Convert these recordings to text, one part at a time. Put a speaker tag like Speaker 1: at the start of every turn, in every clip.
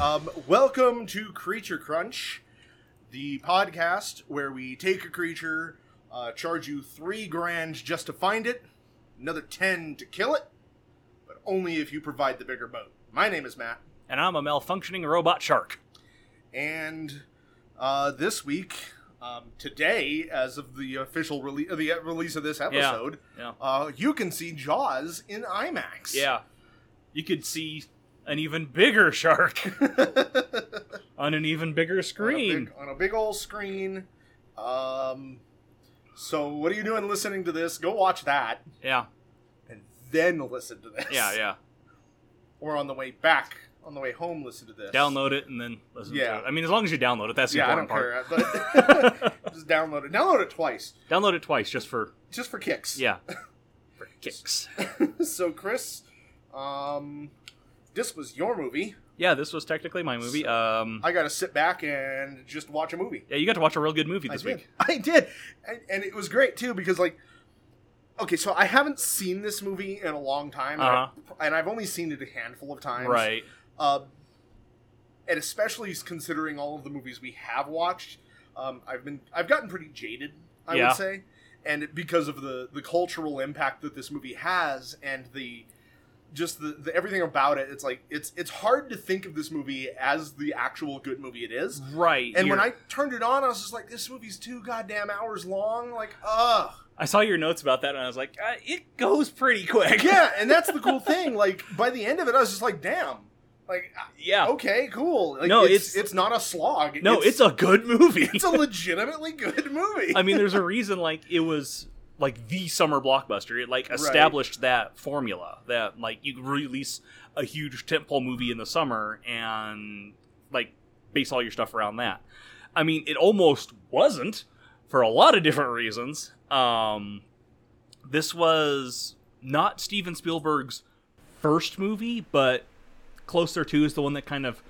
Speaker 1: Um, Welcome to Creature Crunch, the podcast where we take a creature, uh, charge you three grand just to find it, another ten to kill it, but only if you provide the bigger boat. My name is Matt,
Speaker 2: and I'm a malfunctioning robot shark.
Speaker 1: and uh, this week, um, today, as of the official release, the uh, release of this episode,
Speaker 2: Yeah.
Speaker 1: uh, you can see Jaws in IMAX.
Speaker 2: Yeah. You could see an even bigger shark on an even bigger screen.
Speaker 1: on a big, on a big old screen. Um, so what are you doing listening to this? Go watch that
Speaker 2: Yeah.
Speaker 1: and then listen to this.
Speaker 2: Yeah, yeah.
Speaker 1: Or on the way back, on the way home, listen to this.
Speaker 2: Download it and then listen
Speaker 1: Yeah.
Speaker 2: to it. I mean, as long as you download it, that's the
Speaker 1: Yeah, I don't
Speaker 2: important part.
Speaker 1: care. But just download it. Download it twice,
Speaker 2: Download it twice just for
Speaker 1: just for kicks.
Speaker 2: yeah. For kicks.
Speaker 1: so Chris, um, this was your movie.
Speaker 2: yeah, this was technically my movie. Um
Speaker 1: I got to sit back and just watch a movie.
Speaker 2: yeah, you got to watch a real good movie
Speaker 1: I
Speaker 2: this
Speaker 1: did.
Speaker 2: week.
Speaker 1: I did, and, and it was great too because like, okay, so I haven't seen this movie in a long time, and I- and I've only seen it a handful of times,
Speaker 2: Right.
Speaker 1: Uh, and especially considering all of the movies we have watched, um, I've been I've gotten pretty jaded, I
Speaker 2: Yeah.
Speaker 1: would say, and it- because of the the cultural impact that this movie has and the just the, the everything about it, it's like it's it's hard to think of this movie as the actual good movie it is.
Speaker 2: Right.
Speaker 1: And when
Speaker 2: you're-
Speaker 1: I turned it on, I was just like, "This movie's two goddamn hours long." Like, ugh,
Speaker 2: I saw your notes about that and I was like, uh, it goes pretty quick.
Speaker 1: yeah. And that's the cool thing. Like, by the end of it, I was just like, "Damn!" Like,
Speaker 2: yeah.
Speaker 1: okay, cool. Like,
Speaker 2: No,
Speaker 1: it's, it's
Speaker 2: it's-
Speaker 1: not a slog.
Speaker 2: No, it's, a good movie.
Speaker 1: it's a legitimately good movie.
Speaker 2: I mean, there's a reason like it was like the summer blockbuster. It like
Speaker 1: Right.
Speaker 2: established that formula that like you release a huge tentpole movie in the summer and like base all your stuff around that. I mean, it almost wasn't for a lot of different reasons. Um, this was not Steven Spielberg's first movie, but closer to is the one that kind of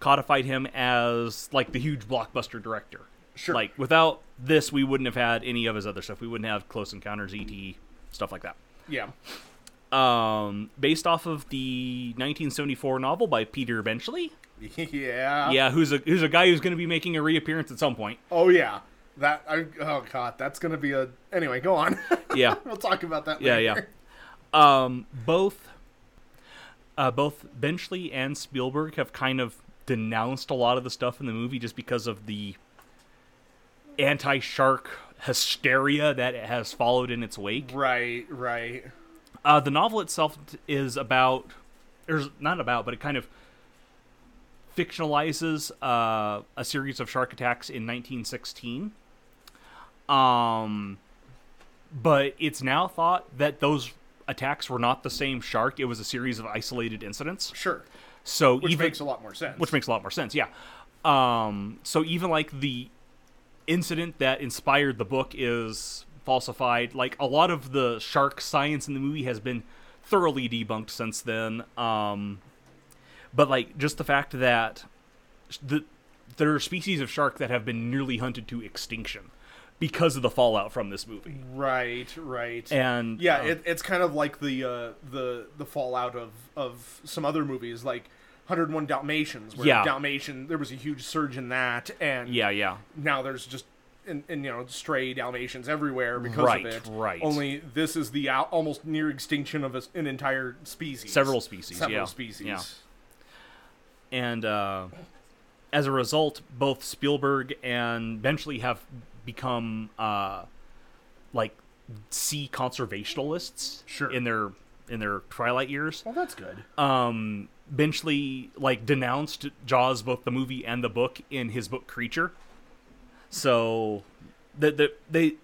Speaker 2: codified him as like the huge blockbuster director.
Speaker 1: Sure.
Speaker 2: Like without this, we wouldn't have had any of his other stuff. We wouldn't have Close Encounters, ET, stuff like that.
Speaker 1: yeah,
Speaker 2: Um, based off of the 1974 novel by Peter Benchley.
Speaker 1: yeah,
Speaker 2: Yeah, who's a who's a guy who's going to be making a reappearance at some point.
Speaker 1: Oh yeah, that. I, oh god, that's gonna be a. Anyway, go on.
Speaker 2: Yeah.
Speaker 1: we'll talk about that.
Speaker 2: Yeah,
Speaker 1: later.
Speaker 2: yeah. Um, both uh, both Benchley and Spielberg have kind of denounced a lot of the stuff in the movie just because of the anti-shark hysteria that it has followed in its wake.
Speaker 1: Right, right.
Speaker 2: Uh, the novel itself t- is about, or not about, but it kind of fictionalizes uh, a series of shark attacks in 1916. Um, but it's now thought that those attacks were not the same shark; it was a series of isolated incidents.
Speaker 1: Sure,
Speaker 2: So
Speaker 1: which
Speaker 2: even
Speaker 1: makes a lot more sense.
Speaker 2: which makes a lot more sense. Yeah. Um, so even like the incident that inspired the book is falsified. Like a lot of the shark science in the movie has been thoroughly debunked since then. Um, but like just the fact that the there are species of shark that have been nearly hunted to extinction because of the fallout from this movie.
Speaker 1: right, right.
Speaker 2: And
Speaker 1: yeah,
Speaker 2: uh,
Speaker 1: it, it's kind of like the uh, the the fallout of of some other movies like 101 Dalmatians, where
Speaker 2: Yeah.
Speaker 1: Dalmatian there was a huge surge in that, and
Speaker 2: yeah, yeah.
Speaker 1: now there's just and, and you know stray Dalmatians everywhere because
Speaker 2: Right,
Speaker 1: of it.
Speaker 2: right.
Speaker 1: Only this is the out, almost near extinction of a s an entire species.
Speaker 2: Several species,
Speaker 1: Several
Speaker 2: yeah,
Speaker 1: species.
Speaker 2: yeah. and uh, as a result, both Spielberg and Benchley have become uh, like sea conservationalists
Speaker 1: Sure.
Speaker 2: in their in their twilight years.
Speaker 1: Well, that's good.
Speaker 2: Um, Benchley like denounced Jaws, both the movie and the book, in his book Creature. So that the, they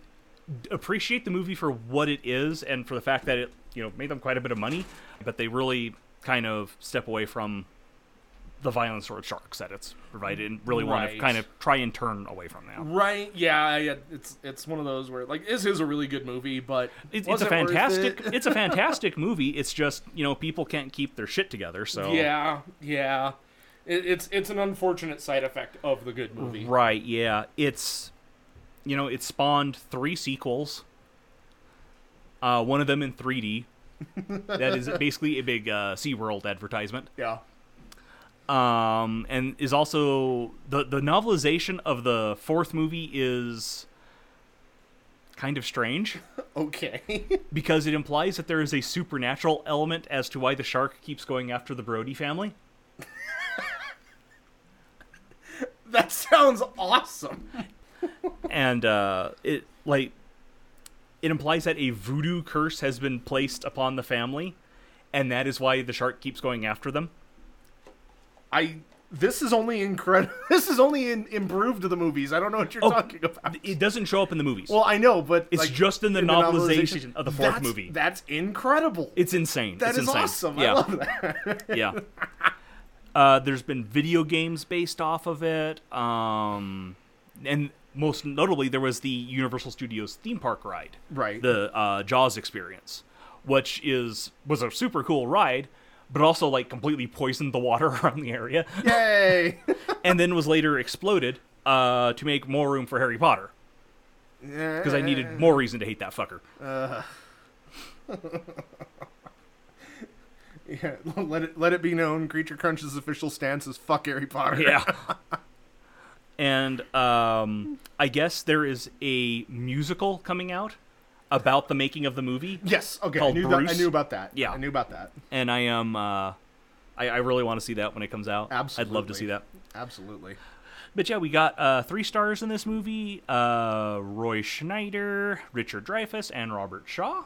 Speaker 2: appreciate the movie for what it is and for the fact that it you know made them quite a bit of money, but they really kind of step away from the violence towards sharks that it's provided and really want to
Speaker 1: Right.
Speaker 2: kind of try and turn away from that.
Speaker 1: Right? Yeah, yeah. It's it's one of those where like this is a really good movie, but
Speaker 2: It's,
Speaker 1: was
Speaker 2: it's a
Speaker 1: it worth
Speaker 2: fantastic
Speaker 1: it?
Speaker 2: it's a fantastic movie. It's just you know people can't keep their shit together. So
Speaker 1: Yeah, yeah. It, it's it's an unfortunate side effect of the good movie.
Speaker 2: Right, yeah. It's you know, it spawned three sequels. Uh one of them in 3D. that is basically a big uh SeaWorld advertisement.
Speaker 1: Yeah.
Speaker 2: um, and is also the the novelization of the fourth movie is kind of strange
Speaker 1: Okay.
Speaker 2: because it implies that there is a supernatural element as to why the shark keeps going after the Brody family.
Speaker 1: that sounds awesome.
Speaker 2: and uh, it like it implies that a voodoo curse has been placed upon the family, and that is why the shark keeps going after them.
Speaker 1: I this is only incredible. This is only in, improved the movies. I don't know what you're talking about.
Speaker 2: It doesn't show up in the movies.
Speaker 1: well, I know, but
Speaker 2: Oh, It's
Speaker 1: like,
Speaker 2: just in the novelization of the fourth
Speaker 1: That's-
Speaker 2: movie.
Speaker 1: That's incredible.
Speaker 2: it's insane.
Speaker 1: That
Speaker 2: it's
Speaker 1: is
Speaker 2: insane.
Speaker 1: awesome.
Speaker 2: Yeah,
Speaker 1: I love that.
Speaker 2: yeah. Uh, there's been video games based off of it, um, and most notably, there was the Universal Studios theme park ride.
Speaker 1: right.
Speaker 2: the uh, Jaws experience, which is was a super cool ride, but also like completely poisoned the water around the area,
Speaker 1: Yay.
Speaker 2: and then was later exploded uh, to make more room for Harry Potter because
Speaker 1: Because
Speaker 2: I needed more reason to hate that fucker.
Speaker 1: Yeah, let it let it be known. Creature Crunch's official stance is fuck Harry Potter.
Speaker 2: Yeah. And um, I guess there is a musical coming out about the making of the movie,
Speaker 1: Yes. Okay. I
Speaker 2: Called
Speaker 1: knew, that, I
Speaker 2: Bruce.
Speaker 1: knew about that.
Speaker 2: Yeah.
Speaker 1: I knew about that.
Speaker 2: and I am uh, I, I really want to see that when it comes out. I'd love to
Speaker 1: Absolutely.
Speaker 2: see that.
Speaker 1: Absolutely.
Speaker 2: But yeah, we got uh, three stars in this movie: uh, Roy Schneider, Richard Dreyfuss, and Robert Shaw.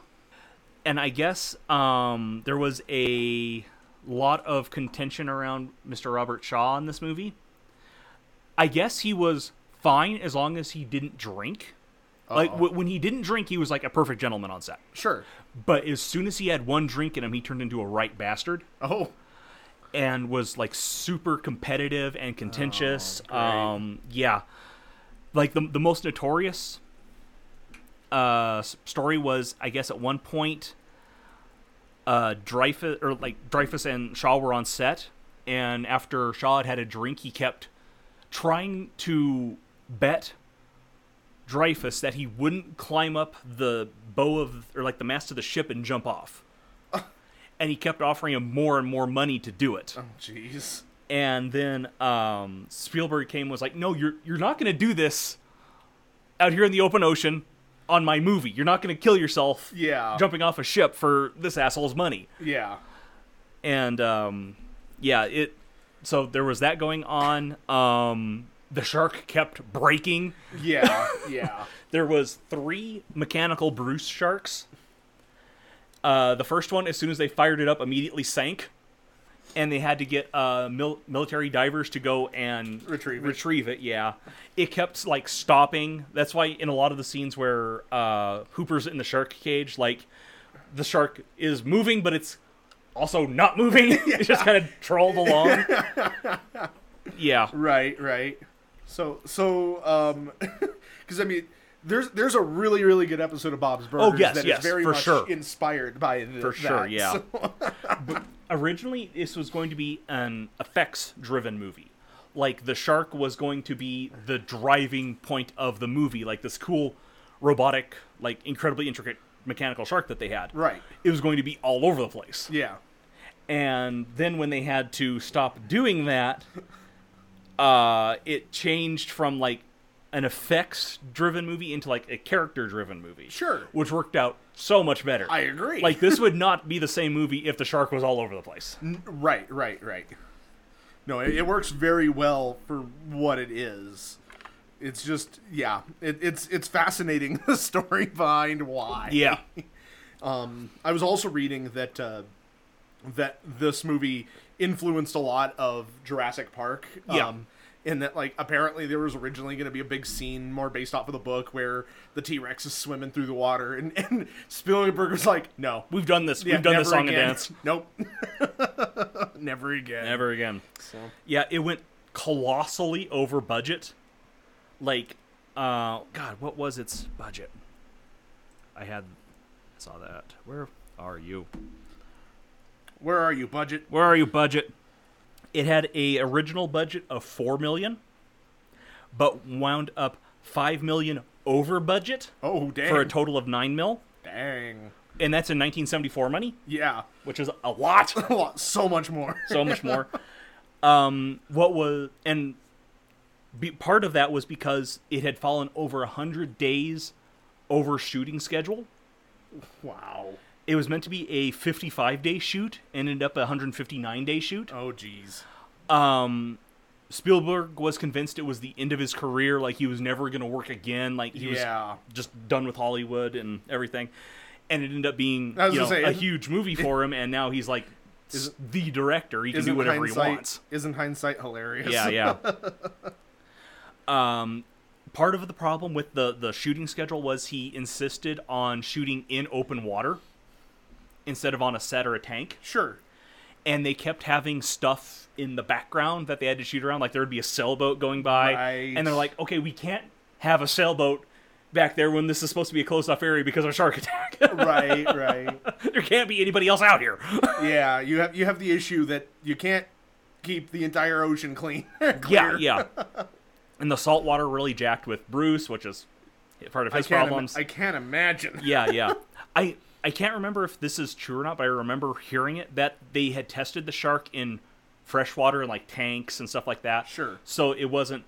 Speaker 2: And I guess um, there was a lot of contention around Mr. Robert Shaw in this movie. I guess he was fine as long as he didn't drink. Like w- when he didn't drink, he was like a perfect gentleman on set.
Speaker 1: Sure.
Speaker 2: But as soon as he had one drink in him, he turned into a right bastard
Speaker 1: Oh.
Speaker 2: and was like super competitive and contentious.
Speaker 1: great.
Speaker 2: um, yeah, like the the most notorious uh, s- story was, I guess, at one point, uh, Dreyfus or like Dreyfus and Shaw were on set, and after Shaw had had a drink, he kept trying to bet Dreyfus that he wouldn't climb up the bow of or like the mast of the ship and jump off. And he kept offering him more and more money to do it
Speaker 1: Oh, Jeez.
Speaker 2: and then um, Spielberg came and was like, "No, you're you're not going to do this out here in the open ocean on my movie. You're not going to kill yourself
Speaker 1: Yeah.
Speaker 2: jumping off a ship for this asshole's money."
Speaker 1: Yeah.
Speaker 2: And um, yeah, it. So there was that going on. Um, the shark kept breaking.
Speaker 1: Yeah. Yeah.
Speaker 2: There was three mechanical Bruce sharks. Uh, the first one, as soon as they fired it up, immediately sank, and they had to get uh, mil- military divers to go and
Speaker 1: Retrieve it.
Speaker 2: Retrieve it, yeah. It kept like stopping. That's why in a lot of the scenes where uh, Hooper's in the shark cage, like the shark is moving, but it's also not moving. it's just kind of trolled along. yeah,
Speaker 1: Right, right. So, so, um, because I mean, there's there's a really really good episode of Bob's Burgers
Speaker 2: Oh, yes,
Speaker 1: that is
Speaker 2: yes,
Speaker 1: very
Speaker 2: for
Speaker 1: much
Speaker 2: sure.
Speaker 1: inspired by the,
Speaker 2: for sure.
Speaker 1: that.
Speaker 2: Yeah.
Speaker 1: So-
Speaker 2: But originally, this was going to be an effects-driven movie. Like the shark was going to be the driving point of the movie, like this cool robotic, like incredibly intricate mechanical shark that they had.
Speaker 1: Right.
Speaker 2: It was going to be all over the place.
Speaker 1: yeah.
Speaker 2: And then when they had to stop doing that, uh, it changed from like an effects-driven movie into like a character-driven movie.
Speaker 1: Sure.
Speaker 2: Which worked out so much better.
Speaker 1: I agree.
Speaker 2: Like this would not be the same movie if the shark was all over the place.
Speaker 1: Right, right, right. No, it, it works very well for what it is. It's just yeah, it, it's it's fascinating the story behind why.
Speaker 2: Yeah.
Speaker 1: I was also reading that uh, that this movie influenced a lot of Jurassic Park. um,
Speaker 2: Yeah.
Speaker 1: in that, like, apparently there was originally going to be a big scene more based off of the book where the T Rex is swimming through the water, and, and Spielberg was like, "No,
Speaker 2: We've done this.
Speaker 1: Yeah,
Speaker 2: We've done
Speaker 1: never
Speaker 2: this song
Speaker 1: again.
Speaker 2: and dance.
Speaker 1: Nope, never again.
Speaker 2: Never again.
Speaker 1: So,
Speaker 2: Yeah, it went colossally over budget. Like, uh, God, what was its budget? I had, I saw that. Where are you?
Speaker 1: where are you, budget?
Speaker 2: Where are you, budget? It had a original budget of four million, but wound up five million over budget
Speaker 1: Oh, dang,
Speaker 2: for a total of nine mil,
Speaker 1: dang,
Speaker 2: and that's in 1974 money,
Speaker 1: yeah,
Speaker 2: which is a lot.
Speaker 1: so much more.
Speaker 2: so much more. Um, what was and be, part of that was because it had fallen over a hundred days over shooting schedule.
Speaker 1: Wow.
Speaker 2: It was meant to be a 55 day shoot, ended up a 159 day shoot.
Speaker 1: Oh, jeez.
Speaker 2: Um, Spielberg was convinced it was the end of his career, like he was never going to work again, like he
Speaker 1: Yeah.
Speaker 2: was just done with Hollywood and everything. And it ended up being
Speaker 1: I was
Speaker 2: you know,
Speaker 1: gonna say,
Speaker 2: a
Speaker 1: isn't-
Speaker 2: huge movie for him, and now he's like s- the director. He can do whatever he
Speaker 1: hindsight,
Speaker 2: wants.
Speaker 1: Isn't hindsight hilarious?
Speaker 2: Yeah, yeah. um, part of the problem with the the shooting schedule was he insisted on shooting in open water instead of on a set or a tank,
Speaker 1: sure.
Speaker 2: and they kept having stuff in the background that they had to shoot around. Like there would be a sailboat going by,
Speaker 1: Right.
Speaker 2: and they're like, "Okay, we can't have a sailboat." Back there, when this is supposed to be a closed off area because of a shark attack,
Speaker 1: Right, right.
Speaker 2: there can't be anybody else out here.
Speaker 1: yeah, you have you have the issue that you can't keep the entire ocean clean.
Speaker 2: yeah,
Speaker 1: clear.
Speaker 2: yeah. And the salt water really jacked with Bruce, which is part of
Speaker 1: I
Speaker 2: his
Speaker 1: can't, ima-
Speaker 2: problems.
Speaker 1: I can't imagine.
Speaker 2: yeah, yeah. I I can't remember if this is true or not, but I remember hearing it that they had tested the shark in freshwater and like tanks and stuff like that.
Speaker 1: Sure.
Speaker 2: So it wasn't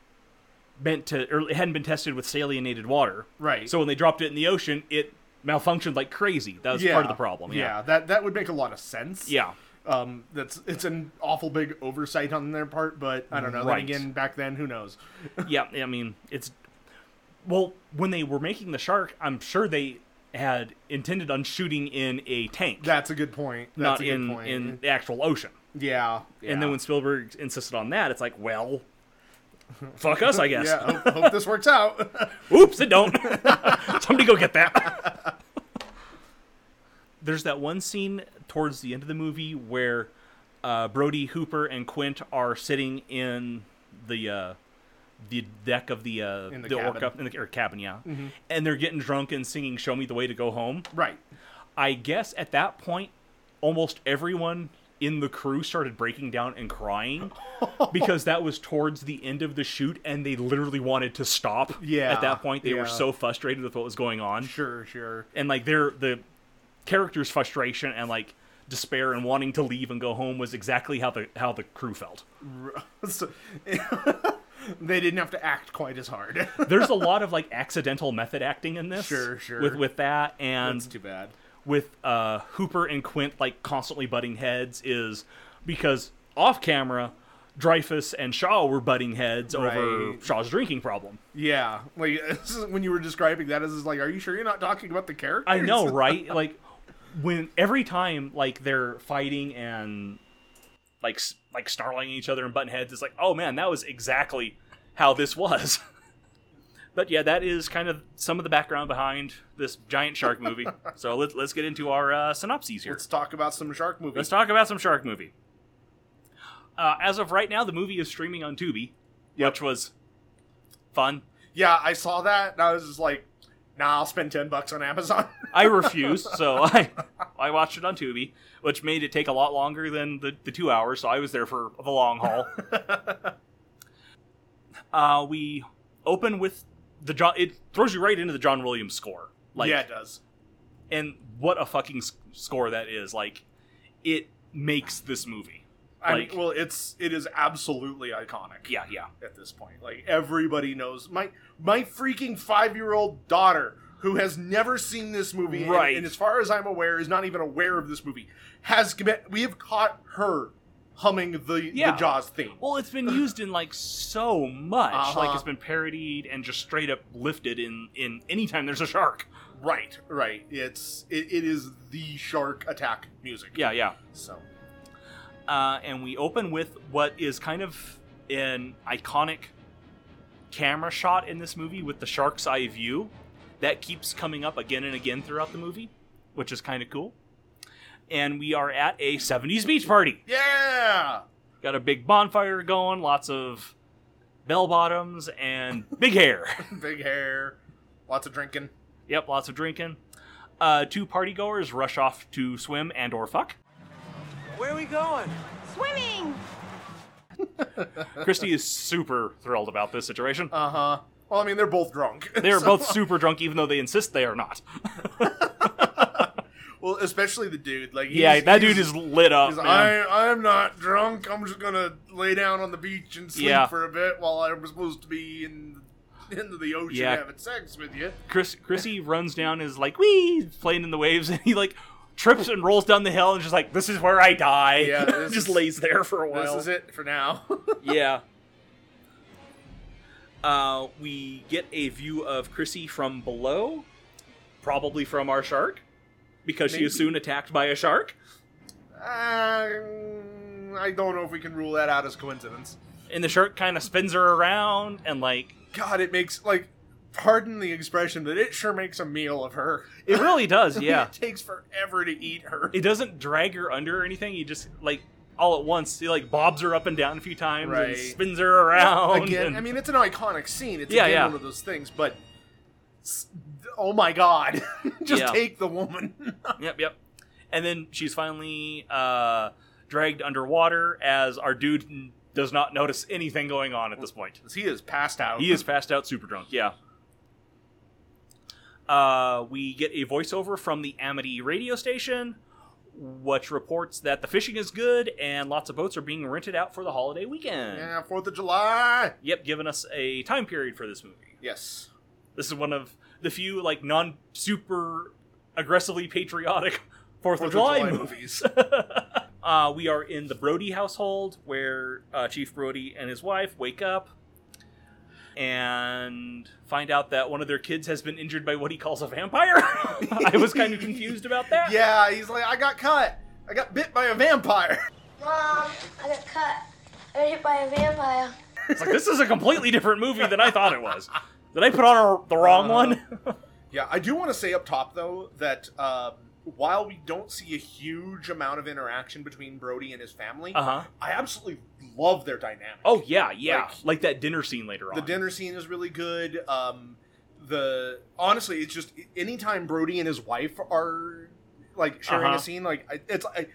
Speaker 2: meant to, or it hadn't been tested with salinated water.
Speaker 1: Right.
Speaker 2: So when they dropped it in the ocean, it malfunctioned like crazy. That was part of the problem. Yeah.
Speaker 1: that that would make a lot of sense.
Speaker 2: Yeah.
Speaker 1: Um, that's it's an awful big oversight on their part, but I don't know.
Speaker 2: Right.
Speaker 1: Then again, back then, who knows?
Speaker 2: yeah, I mean, it's well, when they were making the shark, I'm sure they had intended on shooting in a tank,
Speaker 1: That's a good point. That's
Speaker 2: not
Speaker 1: a good
Speaker 2: in
Speaker 1: point.
Speaker 2: in the actual ocean.
Speaker 1: yeah, yeah.
Speaker 2: And then when Spielberg insisted on that, it's like, well, fuck us, I guess.
Speaker 1: yeah, hope, hope this works out.
Speaker 2: Oops, it don't. Somebody go get that. There's that one scene towards the end of the movie where uh, Brody Hooper and Quint are sitting in the uh, the deck of the uh,
Speaker 1: In the
Speaker 2: orca
Speaker 1: cabin. Mm-hmm.
Speaker 2: in the or cabin, yeah, and they're getting drunk and singing "Show Me the Way to Go Home."
Speaker 1: right.
Speaker 2: I guess at that point, almost everyone in the crew started breaking down and crying because that was towards the end of the shoot and they literally wanted to stop.
Speaker 1: Yeah,
Speaker 2: At that point, they
Speaker 1: yeah.
Speaker 2: were so frustrated with what was going on.
Speaker 1: Sure, sure.
Speaker 2: And like their the character's frustration and like despair and wanting to leave and go home was exactly how the how the crew felt.
Speaker 1: So- they didn't have to act quite as hard.
Speaker 2: There's a lot of like accidental method acting in this.
Speaker 1: Sure, sure.
Speaker 2: With with that and
Speaker 1: That's too bad.
Speaker 2: with uh, Hooper and Quint like constantly butting heads is because off camera, Dreyfus and Shaw were butting heads over
Speaker 1: Right.
Speaker 2: Shaw's drinking problem.
Speaker 1: Yeah, like this is- when you were describing that, is like, are you sure you're not talking about the characters?
Speaker 2: I know, right? like when every time like they're fighting and like s- like snarling at each other and butting heads, it's like, oh man, that was exactly how this was. But yeah, that is kind of some of the background behind this giant shark movie. so let, let's get into our uh, synopses here.
Speaker 1: Let's talk about some shark
Speaker 2: Let's
Speaker 1: movies.
Speaker 2: talk about some shark movie. Uh, as of right now, the movie is streaming on Tubi, which was fun.
Speaker 1: yeah, I saw that and I was just like, nah, I'll spend ten bucks on Amazon.
Speaker 2: I refused, so I I watched it on Tubi, which made it take a lot longer than the, the two hours. So I was there for the long haul. uh, we open with the John. It throws you right into the John Williams score. Like,
Speaker 1: yeah, it does.
Speaker 2: and what a fucking s- score that is! Like, it makes this movie.
Speaker 1: I
Speaker 2: like-
Speaker 1: mean, well, it's it is absolutely iconic.
Speaker 2: Yeah, yeah.
Speaker 1: At this point, like everybody knows my my freaking five year old daughter who has never seen this movie, and-
Speaker 2: Right.
Speaker 1: And, as far as I'm aware, is not even aware of this movie. Has commit- we have caught her humming the,
Speaker 2: Yeah.
Speaker 1: the Jaws theme.
Speaker 2: Well, it's been used in like so much.
Speaker 1: Uh-huh.
Speaker 2: Like it's been parodied and just straight up lifted in in any time there's a shark.
Speaker 1: Right, right. It's it, it is the shark attack music.
Speaker 2: Yeah, yeah.
Speaker 1: So
Speaker 2: Uh, and we open with what is kind of an iconic camera shot in this movie with the shark's eye view that keeps coming up again and again throughout the movie, which is kind of cool. And we are at a 70s beach party.
Speaker 1: yeah,
Speaker 2: Got a big bonfire going, lots of bell bottoms and big hair.
Speaker 1: big hair, lots of drinking.
Speaker 2: Yep, lots of drinking. Uh, two partygoers rush off to swim and or fuck.
Speaker 3: Where are we going?
Speaker 4: Swimming!
Speaker 2: Christy is super thrilled about this situation.
Speaker 1: Uh huh. Well, I mean, they're both drunk.
Speaker 2: they are
Speaker 1: So-
Speaker 2: both super drunk, even though they insist they are not.
Speaker 1: Well, especially the dude. Like,
Speaker 2: yeah,
Speaker 1: he's-
Speaker 2: that dude
Speaker 1: he's-
Speaker 2: is lit up.
Speaker 1: he's,
Speaker 2: man.
Speaker 1: I, I'm not drunk. I'm just gonna lay down on the beach and sleep
Speaker 2: Yeah.
Speaker 1: for a bit while I'm supposed to be in into the ocean
Speaker 2: Yeah.
Speaker 1: having sex with you.
Speaker 2: Chris Chrissy runs down and is like wee playing in the waves and he like trips and rolls down the hill and just like this is where I die.
Speaker 1: Yeah, this
Speaker 2: just
Speaker 1: is-
Speaker 2: lays there for a while.
Speaker 1: This is it for now.
Speaker 2: yeah. Uh, we get a view of Chrissy from below, probably from our shark, because she is
Speaker 1: Maybe.
Speaker 2: soon attacked by a shark.
Speaker 1: Um, I don't know if we can rule that out as coincidence.
Speaker 2: And the shark kind of spins her around and like
Speaker 1: God, it makes like, pardon the expression, but it sure makes a meal of her.
Speaker 2: it really does, yeah.
Speaker 1: it takes forever to eat her.
Speaker 2: It doesn't drag her under or anything. You just like all at once, he like bobs her up and down a few times
Speaker 1: Right.
Speaker 2: and spins her around.
Speaker 1: again.
Speaker 2: and-
Speaker 1: I mean, it's an iconic scene. It's
Speaker 2: Yeah,
Speaker 1: again
Speaker 2: yeah.
Speaker 1: one of those things, but s- oh my god, just
Speaker 2: Yeah.
Speaker 1: take the woman.
Speaker 2: Yep, yep. And then she's finally uh, dragged underwater as our dude n- does not notice anything going on at this point.
Speaker 1: he is passed out.
Speaker 2: He is passed out, super drunk. Yeah. Uh, we get a voiceover from the Amity radio station, which reports that the fishing is good and lots of boats are being rented out for the holiday weekend.
Speaker 1: Yeah, Fourth of July.
Speaker 2: Yep, giving us a time period for this movie.
Speaker 1: Yes.
Speaker 2: This is one of the few like non super aggressively patriotic Fourth, of July, movies. uh, we are in the Brody household where uh, Chief Brody and his wife wake up and find out that one of their kids has been injured by what he calls a vampire. I was kind of confused about that.
Speaker 1: Yeah, he's like, I got cut. I got bit by a vampire.
Speaker 4: Mom, I got cut. I got hit by a vampire.
Speaker 2: It's like this is a completely different movie than I thought it was. Did I put on a, the wrong
Speaker 1: Uh-huh.
Speaker 2: one?
Speaker 1: Yeah, I do want to say up top though that um, while we don't see a huge amount of interaction between Brody and his family,
Speaker 2: uh huh.
Speaker 1: I absolutely love their dynamic.
Speaker 2: Oh yeah, yeah. Like,
Speaker 1: Like-
Speaker 2: that dinner scene later on.
Speaker 1: The dinner scene is really good. Um, the honestly, it's just anytime Brody and his wife are like sharing
Speaker 2: Uh-huh.
Speaker 1: a scene, like I, it's I,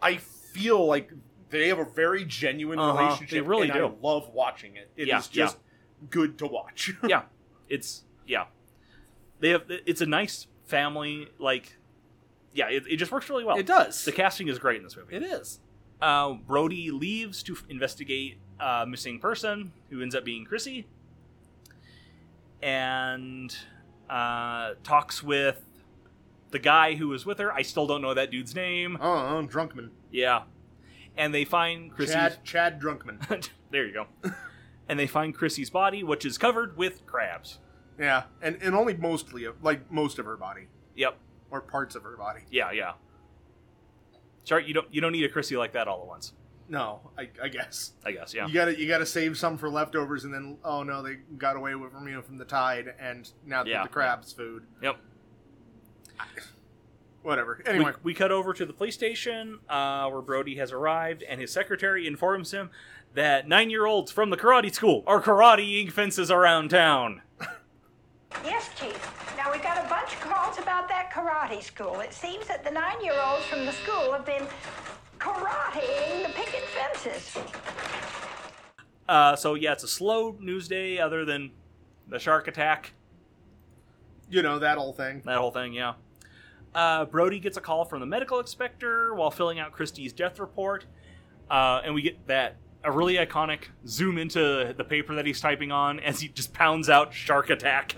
Speaker 1: I feel like they have a very genuine
Speaker 2: Uh-huh.
Speaker 1: relationship.
Speaker 2: They really
Speaker 1: and I
Speaker 2: do.
Speaker 1: love watching it. It is
Speaker 2: Yeah, yeah.
Speaker 1: just good to watch.
Speaker 2: yeah it's yeah they have it's a nice family like yeah it, it just works really well
Speaker 1: does.
Speaker 2: the casting is great in this movie
Speaker 1: It is.
Speaker 2: uh, brody leaves to f- investigate a missing person who ends up being chrissy and uh, talks with the guy who was with her i still don't know that dude's name
Speaker 1: Oh, I'm Drunkman.
Speaker 2: yeah and they find chrissy's
Speaker 1: Chad Chad Drunkman.
Speaker 2: there you go and they find chrissy's body which is covered with crabs
Speaker 1: yeah, and and only mostly of- like most of her body
Speaker 2: yep
Speaker 1: or parts of her body.
Speaker 2: Yeah, yeah. Sorry, you don't you don't need a Chrissy like that all at once.
Speaker 1: No, I, I guess.
Speaker 2: I guess, yeah.
Speaker 1: You gotta you gotta save some for leftovers, and then oh no, they got away with from you from the tide, and now
Speaker 2: Yeah.
Speaker 1: yeah. the crabs food.
Speaker 2: Yep.
Speaker 1: Whatever. Anyway,
Speaker 2: We, we cut over to the police station uh, where Brody has arrived, and his secretary informs him that nine-year-olds from the karate school are karateing fences around town.
Speaker 5: Yes, Chief. Now, we got a bunch of calls about that karate school. It seems that the nine-year-olds from the school have been karateing the picket fences.
Speaker 2: Uh, so yeah, it's a slow news day, other than the shark attack,
Speaker 1: you know that whole thing.
Speaker 2: that whole thing. Yeah. Uh, Brody gets a call from the medical inspector while filling out Christie's death report, uh, and we get that a really iconic zoom into the paper that he's typing on as he just pounds out shark attack.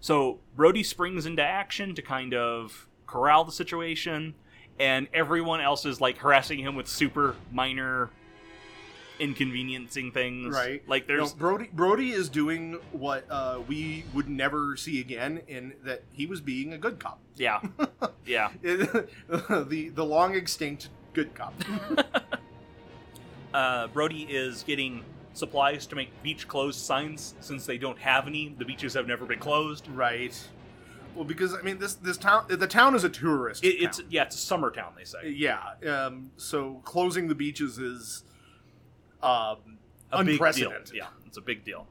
Speaker 2: so Brody springs into action to kind of corral the situation, and everyone else is like harassing him with super minor inconveniencing things.
Speaker 1: Right.
Speaker 2: Like there's
Speaker 1: No, Brody. Brody is doing what uh, we would never see again, in that he was being a good cop.
Speaker 2: yeah, yeah.
Speaker 1: the the long extinct good cop.
Speaker 2: uh, Brody is getting supplies to make beach closed signs since they don't have any. The beaches have never been closed.
Speaker 1: right. Well, because I mean this this town the town is a tourist.
Speaker 2: It, it's
Speaker 1: town.
Speaker 2: yeah, it's a summer town. They say
Speaker 1: yeah. Um, so closing the beaches is um,
Speaker 2: a big deal.
Speaker 1: unprecedented.
Speaker 2: Yeah, it's a big deal.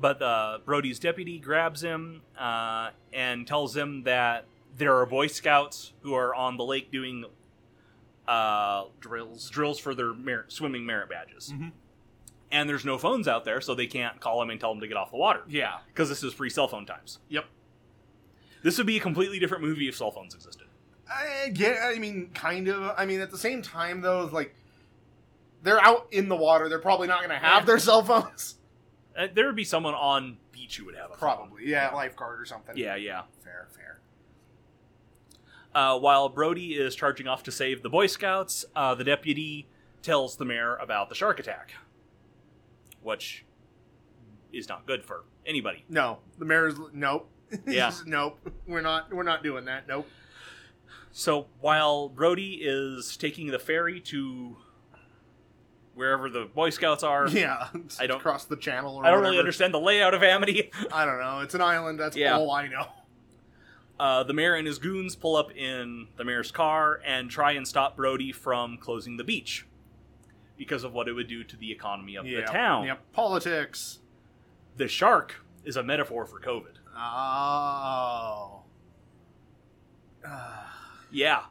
Speaker 2: But uh, Brody's deputy grabs him uh, and tells him that there are Boy Scouts who are on the lake doing uh, drills drills for their merit, swimming merit badges.
Speaker 1: Mhm.
Speaker 2: And there's no phones out there, so they can't call him and tell him to get off the water
Speaker 1: Yeah.
Speaker 2: because this is free cell phone times.
Speaker 1: Yep.
Speaker 2: This would be a completely different movie if cell phones existed.
Speaker 1: I get. I mean, kind of. I mean, at the same time, though, it's like they're out in the water. They're probably not going to have
Speaker 2: Yeah.
Speaker 1: their cell phones.
Speaker 2: Uh, there would be someone on beach who would have a phone.
Speaker 1: Probably, yeah, lifeguard or something.
Speaker 2: Yeah, yeah.
Speaker 1: fair, fair.
Speaker 2: Uh, while Brody is charging off to save the Boy Scouts, uh, the deputy tells the mayor about the shark attack, which is not good for anybody.
Speaker 1: No, the mayor's nope.
Speaker 2: Yeah.
Speaker 1: nope. We're not. We're not doing that. Nope.
Speaker 2: So while Brody is taking the ferry to wherever the Boy Scouts are,
Speaker 1: Yeah,
Speaker 2: I don't-
Speaker 1: cross the channel. Or
Speaker 2: I don't
Speaker 1: whatever.
Speaker 2: really understand the layout of Amity.
Speaker 1: I don't know. It's an island. That's
Speaker 2: Yeah.
Speaker 1: all I know.
Speaker 2: Uh, the mayor and his goons pull up in the mayor's car and try and stop Brody from closing the beach because of what it would do to the economy of the town.
Speaker 1: Yep. Politics.
Speaker 2: The shark is a metaphor for COVID.
Speaker 1: Oh. Ah.
Speaker 2: Yeah.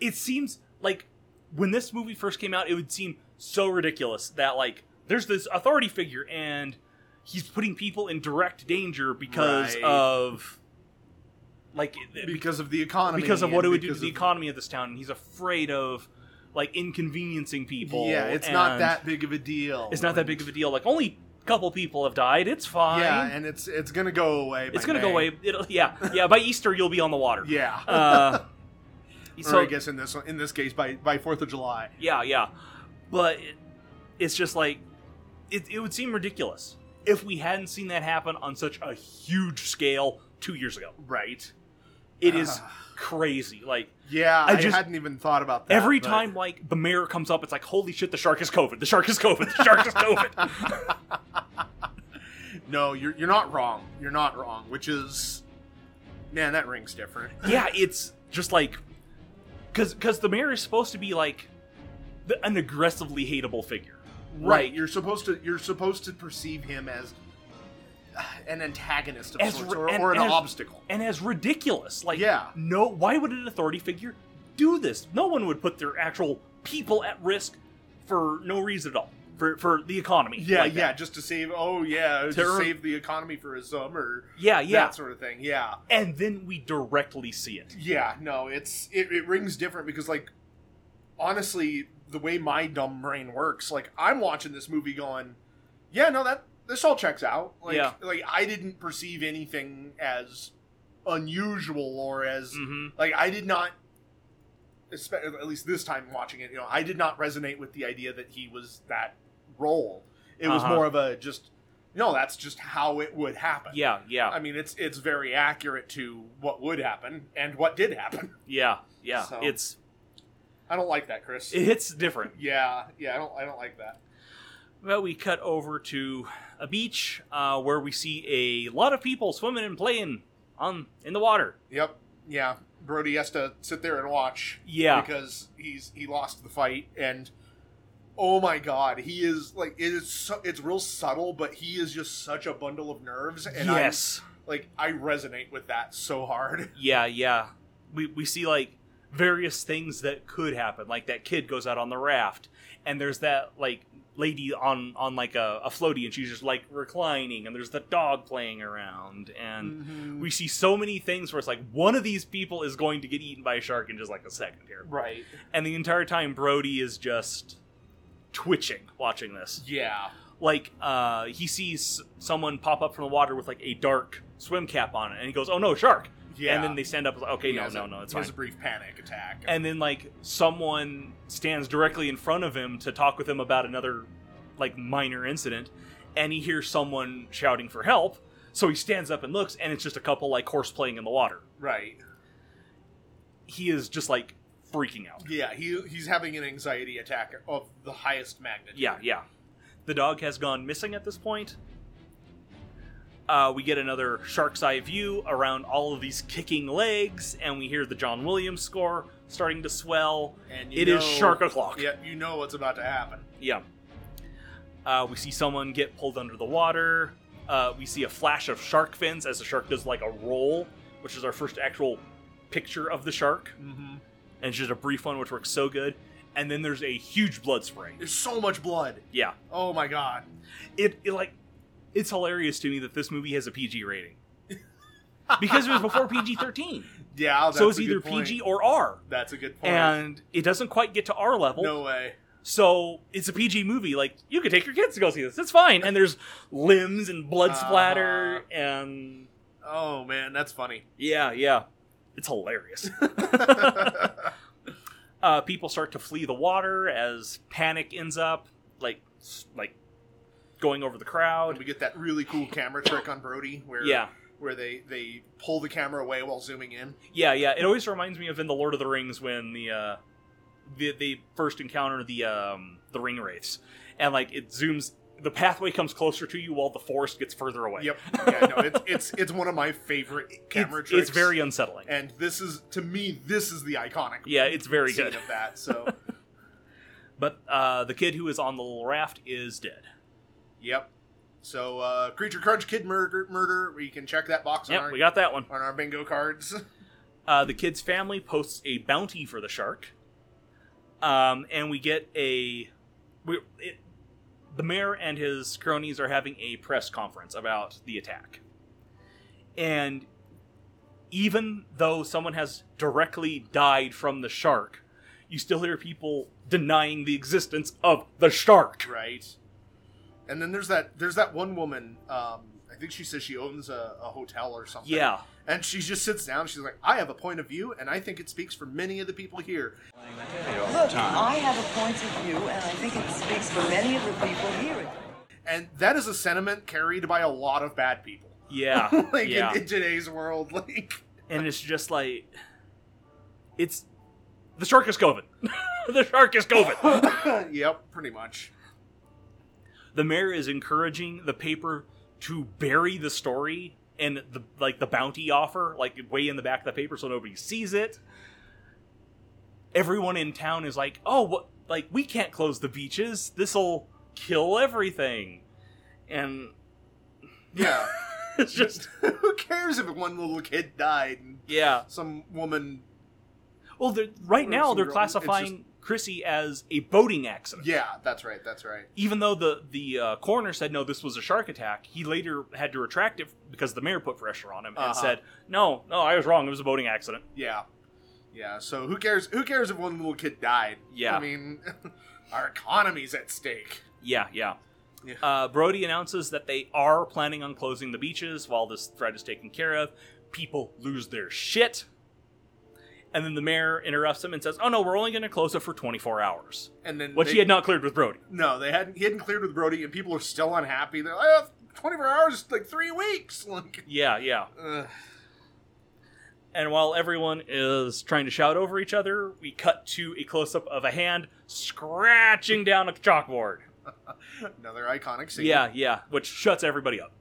Speaker 2: It seems like when this movie first came out, it would seem so ridiculous that, like, there's this authority figure and he's putting people in direct danger because
Speaker 1: Right.
Speaker 2: of, like, it-
Speaker 1: because of the economy.
Speaker 2: because of what
Speaker 1: and
Speaker 2: it would do to
Speaker 1: because
Speaker 2: the
Speaker 1: of-
Speaker 2: economy of this town. And he's afraid of, like, inconveniencing people.
Speaker 1: Yeah, it's not
Speaker 2: and
Speaker 1: that big of a deal.
Speaker 2: It's not that big of a deal. Like, only a couple people have died. It's fine.
Speaker 1: Yeah, and it's it's gonna go away. by
Speaker 2: it's going to
Speaker 1: May.
Speaker 2: go away. It'll, yeah. Yeah. By Easter, you'll be on the water.
Speaker 1: Yeah.
Speaker 2: Uh,
Speaker 1: or I guess in this one- in this case by by Fourth of July.
Speaker 2: Yeah, yeah. But it, it's just like it, it would seem ridiculous if we hadn't seen that happen on such a huge scale two years ago.
Speaker 1: Right.
Speaker 2: It is crazy. Like
Speaker 1: Yeah,
Speaker 2: I
Speaker 1: I,
Speaker 2: just-
Speaker 1: hadn't even thought about that.
Speaker 2: every
Speaker 1: but-
Speaker 2: time like the mayor comes up, it's like, holy shit, the shark is COVID. The shark is COVID. The shark is COVID.
Speaker 1: No, you're you're not wrong. You're not wrong. Which is, man, that rings different.
Speaker 2: yeah, it's just like because because the mayor is supposed to be like the, an aggressively hateable figure.
Speaker 1: Right.
Speaker 2: Like,
Speaker 1: You're supposed to you're supposed to perceive him as uh, an antagonist of
Speaker 2: As
Speaker 1: sorts,
Speaker 2: ri-
Speaker 1: or,
Speaker 2: and-
Speaker 1: or an
Speaker 2: as-
Speaker 1: obstacle.
Speaker 2: and as ridiculous. Like,
Speaker 1: Yeah.
Speaker 2: no, why would an authority figure do this? No one would put their actual people at risk for no reason at all for for the economy.
Speaker 1: Yeah,
Speaker 2: like
Speaker 1: yeah,
Speaker 2: that.
Speaker 1: just to save. Oh, yeah, to
Speaker 2: Terror-
Speaker 1: save the economy for his summer.
Speaker 2: yeah, yeah.
Speaker 1: that sort of thing. Yeah,
Speaker 2: and then we directly see it.
Speaker 1: yeah. No, it's it, it rings different because, like, honestly, the way my dumb brain works, like, I'm watching this movie going, yeah, no, that this all checks out. Like,
Speaker 2: Yeah.
Speaker 1: like I didn't perceive anything as unusual or as
Speaker 2: hmm
Speaker 1: like I did not. espe- At least this time watching it, you know, I did not resonate with the idea that he was that role. It was
Speaker 2: Uh-huh.
Speaker 1: more of a just no. That's just how it would happen.
Speaker 2: Yeah, yeah,
Speaker 1: I mean, it's it's very accurate to what would happen and what did happen.
Speaker 2: yeah, yeah.
Speaker 1: So-
Speaker 2: It's
Speaker 1: I don't like that, Chris.
Speaker 2: it's different.
Speaker 1: yeah, yeah, I don't I don't like that.
Speaker 2: Well, we cut over to a beach uh, where we see a lot of people swimming and playing on in the water.
Speaker 1: Yep. Yeah, Brody has to sit there and watch.
Speaker 2: Yeah.
Speaker 1: because he's he lost the fight and oh my god, he is like it is so, it's real subtle, but he is just such a bundle of nerves and
Speaker 2: yes.
Speaker 1: I like I resonate with that so hard.
Speaker 2: Yeah, yeah. We we see like various things that could happen. Like that kid goes out on the raft, and there's that like lady on on like a, a floaty, and she's just like reclining, and there's the dog playing around, and
Speaker 1: Mm.
Speaker 2: we see so many things where it's like one of these people is going to get eaten by a shark in just like a second here,
Speaker 1: Right.
Speaker 2: and the entire time Brody is just twitching watching this
Speaker 1: Yeah.
Speaker 2: like uh, he sees someone pop up from the water with like a dark swim cap on it, and he goes, "Oh no, shark!"
Speaker 1: Yeah.
Speaker 2: And then they stand up, like, "Okay,
Speaker 1: He
Speaker 2: no,
Speaker 1: has
Speaker 2: no,
Speaker 1: a-
Speaker 2: no, it's
Speaker 1: he
Speaker 2: fine."
Speaker 1: has a brief panic attack.
Speaker 2: And then like someone stands directly in front of him to talk with him about another like minor incident, and he hears someone shouting for help. So he stands up and looks, and it's just a couple like horse playing in the water.
Speaker 1: right.
Speaker 2: He is just like freaking out.
Speaker 1: Yeah, he he's having an anxiety attack of the highest magnitude.
Speaker 2: Yeah, yeah. The dog has gone missing at this point. Uh, we get another shark's eye view around all of these kicking legs, and we hear the John Williams score starting to swell.
Speaker 1: and
Speaker 2: It is shark o'clock.
Speaker 1: Yeah, you know what's about to happen.
Speaker 2: Yeah. Uh, we see someone get pulled under the water. Uh, we see a flash of shark fins as the shark does like a roll, which is our first actual picture of the shark,
Speaker 1: Mm-hmm.
Speaker 2: and it's just a brief one, which works so good. And then there's a huge blood spray.
Speaker 1: There's so much blood.
Speaker 2: Yeah.
Speaker 1: Oh my god.
Speaker 2: it, it like it's hilarious to me that this movie has a PG rating. because it was before PG 13.
Speaker 1: Yeah, Oh, that's
Speaker 2: So it's
Speaker 1: a good
Speaker 2: either
Speaker 1: point.
Speaker 2: PG or R.
Speaker 1: That's a good point.
Speaker 2: And it doesn't quite get to R level.
Speaker 1: no way.
Speaker 2: So it's a PG movie. Like you could take your kids to go see this. It's fine. And there's limbs and blood splatter
Speaker 1: Uh-huh.
Speaker 2: and
Speaker 1: Oh man, that's funny.
Speaker 2: yeah, yeah. It's hilarious. uh, people start to flee the water as panic ends up like s- like going over the
Speaker 1: And
Speaker 2: crowd.
Speaker 1: we get that really cool camera trick on Brody where
Speaker 2: Yeah.
Speaker 1: where they they pull the camera away while zooming in.
Speaker 2: Yeah, yeah. It always reminds me of in the Lord of the Rings when the uh, the they first encounter the um, the ring wraiths, and like it zooms. The pathway comes closer to you while the forest gets further away.
Speaker 1: Yep. Yeah, no, it's it's it's one of my favorite camera
Speaker 2: it's,
Speaker 1: tricks.
Speaker 2: it's very unsettling.
Speaker 1: and this is to me this is the iconic
Speaker 2: yeah, it's very
Speaker 1: scene
Speaker 2: good.
Speaker 1: of that. So
Speaker 2: But uh, the kid who is on the little raft is dead.
Speaker 1: yep. So uh, creature crunch kid murder murder. We can check that box on
Speaker 2: Yep,
Speaker 1: our
Speaker 2: we got that one.
Speaker 1: on our bingo cards.
Speaker 2: Uh, the kid's family posts a bounty for the shark, um, and we get a. We, it, the mayor and his cronies are having a press conference about the attack, and even though someone has directly died from the shark, you still hear people denying the existence of the shark.
Speaker 1: right and then there's that there's that one woman um i think she says she owns a, a hotel or something
Speaker 2: Yeah.
Speaker 1: and she just sits down she's like i have a point of view and i think it speaks for many of the people here
Speaker 6: Look, I have a point of view, and I think it speaks for many of the people here.
Speaker 1: and that is a sentiment carried by a lot of bad people
Speaker 2: Yeah,
Speaker 1: like
Speaker 2: yeah.
Speaker 1: in, in today's world like
Speaker 2: and it's just like it's the shark is Coven. the shark is Coven.
Speaker 1: yep pretty much
Speaker 2: the mayor is encouraging the paper to bury the story and the like the bounty offer like way in the back of the paper so nobody sees it. Everyone in town is like, "Oh, what like we can't close the beaches. This'll kill everything." And
Speaker 1: yeah
Speaker 2: it's just
Speaker 1: who cares if one little kid died and
Speaker 2: yeah.
Speaker 1: some woman
Speaker 2: Well, they're, right
Speaker 1: Or
Speaker 2: now
Speaker 1: some
Speaker 2: they're
Speaker 1: girl- it's just-
Speaker 2: classifying Chrissy as a boating accident.
Speaker 1: yeah that's right that's right
Speaker 2: even though the the uh, coroner said no, this was a shark attack, he later had to retract it because the mayor put pressure on him
Speaker 1: Uh-huh.
Speaker 2: and said, "No, no, I was wrong. It was a boating accident."
Speaker 1: yeah yeah so who cares who cares if one little kid died
Speaker 2: Yeah.
Speaker 1: i mean our economy's at stake
Speaker 2: Yeah, yeah.
Speaker 1: Yeah.
Speaker 2: Uh, Brody announces that they are planning on closing the beaches while this threat is taken care of. People lose their shit, and then the mayor interrupts him and says, "Oh no, we're only going to close it for 24 hours,"
Speaker 1: and then
Speaker 2: which
Speaker 1: they,
Speaker 2: he had not cleared with Brody.
Speaker 1: No, they hadn't. He hadn't cleared with Brody, and people are still unhappy. They're like, oh, 24 hours, is like three weeks. Like,
Speaker 2: Yeah, yeah.
Speaker 1: ugh.
Speaker 2: And while everyone is trying to shout over each other, we cut to a close up of a hand scratching down a chalkboard.
Speaker 1: another iconic scene.
Speaker 2: Yeah, yeah, which shuts everybody up.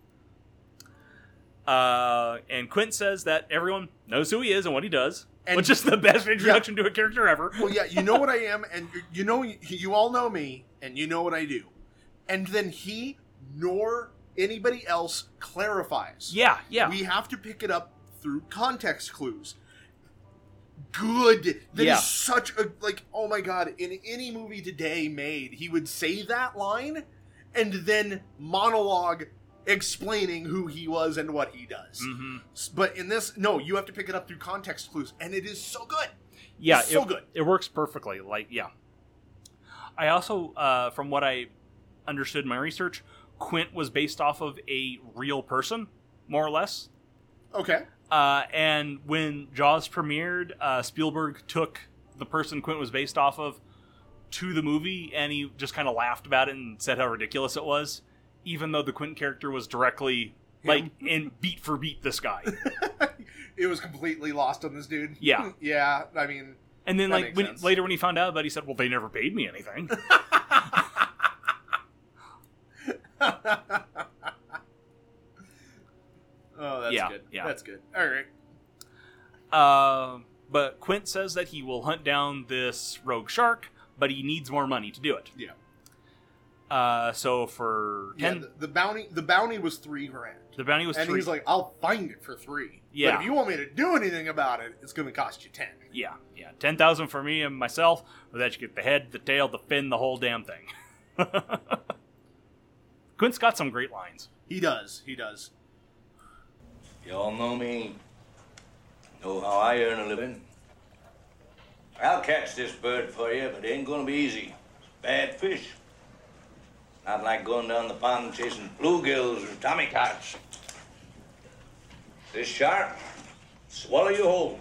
Speaker 2: Uh, and Quint says that everyone knows who he is and what he does,
Speaker 1: And-
Speaker 2: which is the best introduction to a character ever.
Speaker 1: Well, yeah, you know what I am, and you- you know you all know me, and you know what I do. And then he nor anybody else clarifies.
Speaker 2: Yeah, yeah.
Speaker 1: We have to pick it up through context clues. Good. That is
Speaker 2: Yeah.
Speaker 1: such a like. Oh my god! In any movie today made, he would say that line, and then monologue explaining who he was and what he does.
Speaker 2: hmm
Speaker 1: S- But in this, no, you have to pick it up through context clues, and it is so good.
Speaker 2: Yeah,
Speaker 1: It's so
Speaker 2: it,
Speaker 1: good.
Speaker 2: It works perfectly. Like, yeah. I also, uh, from what I understood in my research, Quint was based off of a real person, more or less.
Speaker 1: Okay.
Speaker 2: Uh, and when Jaws premiered, uh, Spielberg took the person Quint was based off of to the movie, and he just kind of laughed about it and said how ridiculous it was, even though the Quint character was directly like in beat for beat this guy.
Speaker 1: It was completely lost on this dude.
Speaker 2: Yeah.
Speaker 1: yeah. I mean,
Speaker 2: And then
Speaker 1: That
Speaker 2: like
Speaker 1: makes
Speaker 2: when,
Speaker 1: sense.
Speaker 2: later when he found out about, it, he said, "Well, they never paid me anything."
Speaker 1: oh, that's
Speaker 2: Yeah,
Speaker 1: good.
Speaker 2: yeah.
Speaker 1: That's good. All right.
Speaker 2: Um, but Quint says that he will hunt down this rogue shark, but he needs more money to do it.
Speaker 1: Yeah.
Speaker 2: Uh, so for
Speaker 1: Yeah,
Speaker 2: ten,
Speaker 1: the, the bounty the bounty was three grand.
Speaker 2: the bounty was
Speaker 1: and
Speaker 2: three.
Speaker 1: he's like, I'll find it for three.
Speaker 2: Yeah.
Speaker 1: But if you want me to do anything about it, it's gonna cost you ten.
Speaker 2: Yeah, yeah. 10,000 for me and myself. With that, you get the head, the tail, the fin, the whole damn thing. Quint's got some great lines.
Speaker 1: He does, he does.
Speaker 7: You all know me. Know how I earn a living. I'll catch this bird for you, but it ain't gonna be easy. It's bad fish. Not like going down the pond chasing bluegills or tommycocks. This shark, swallow you whole.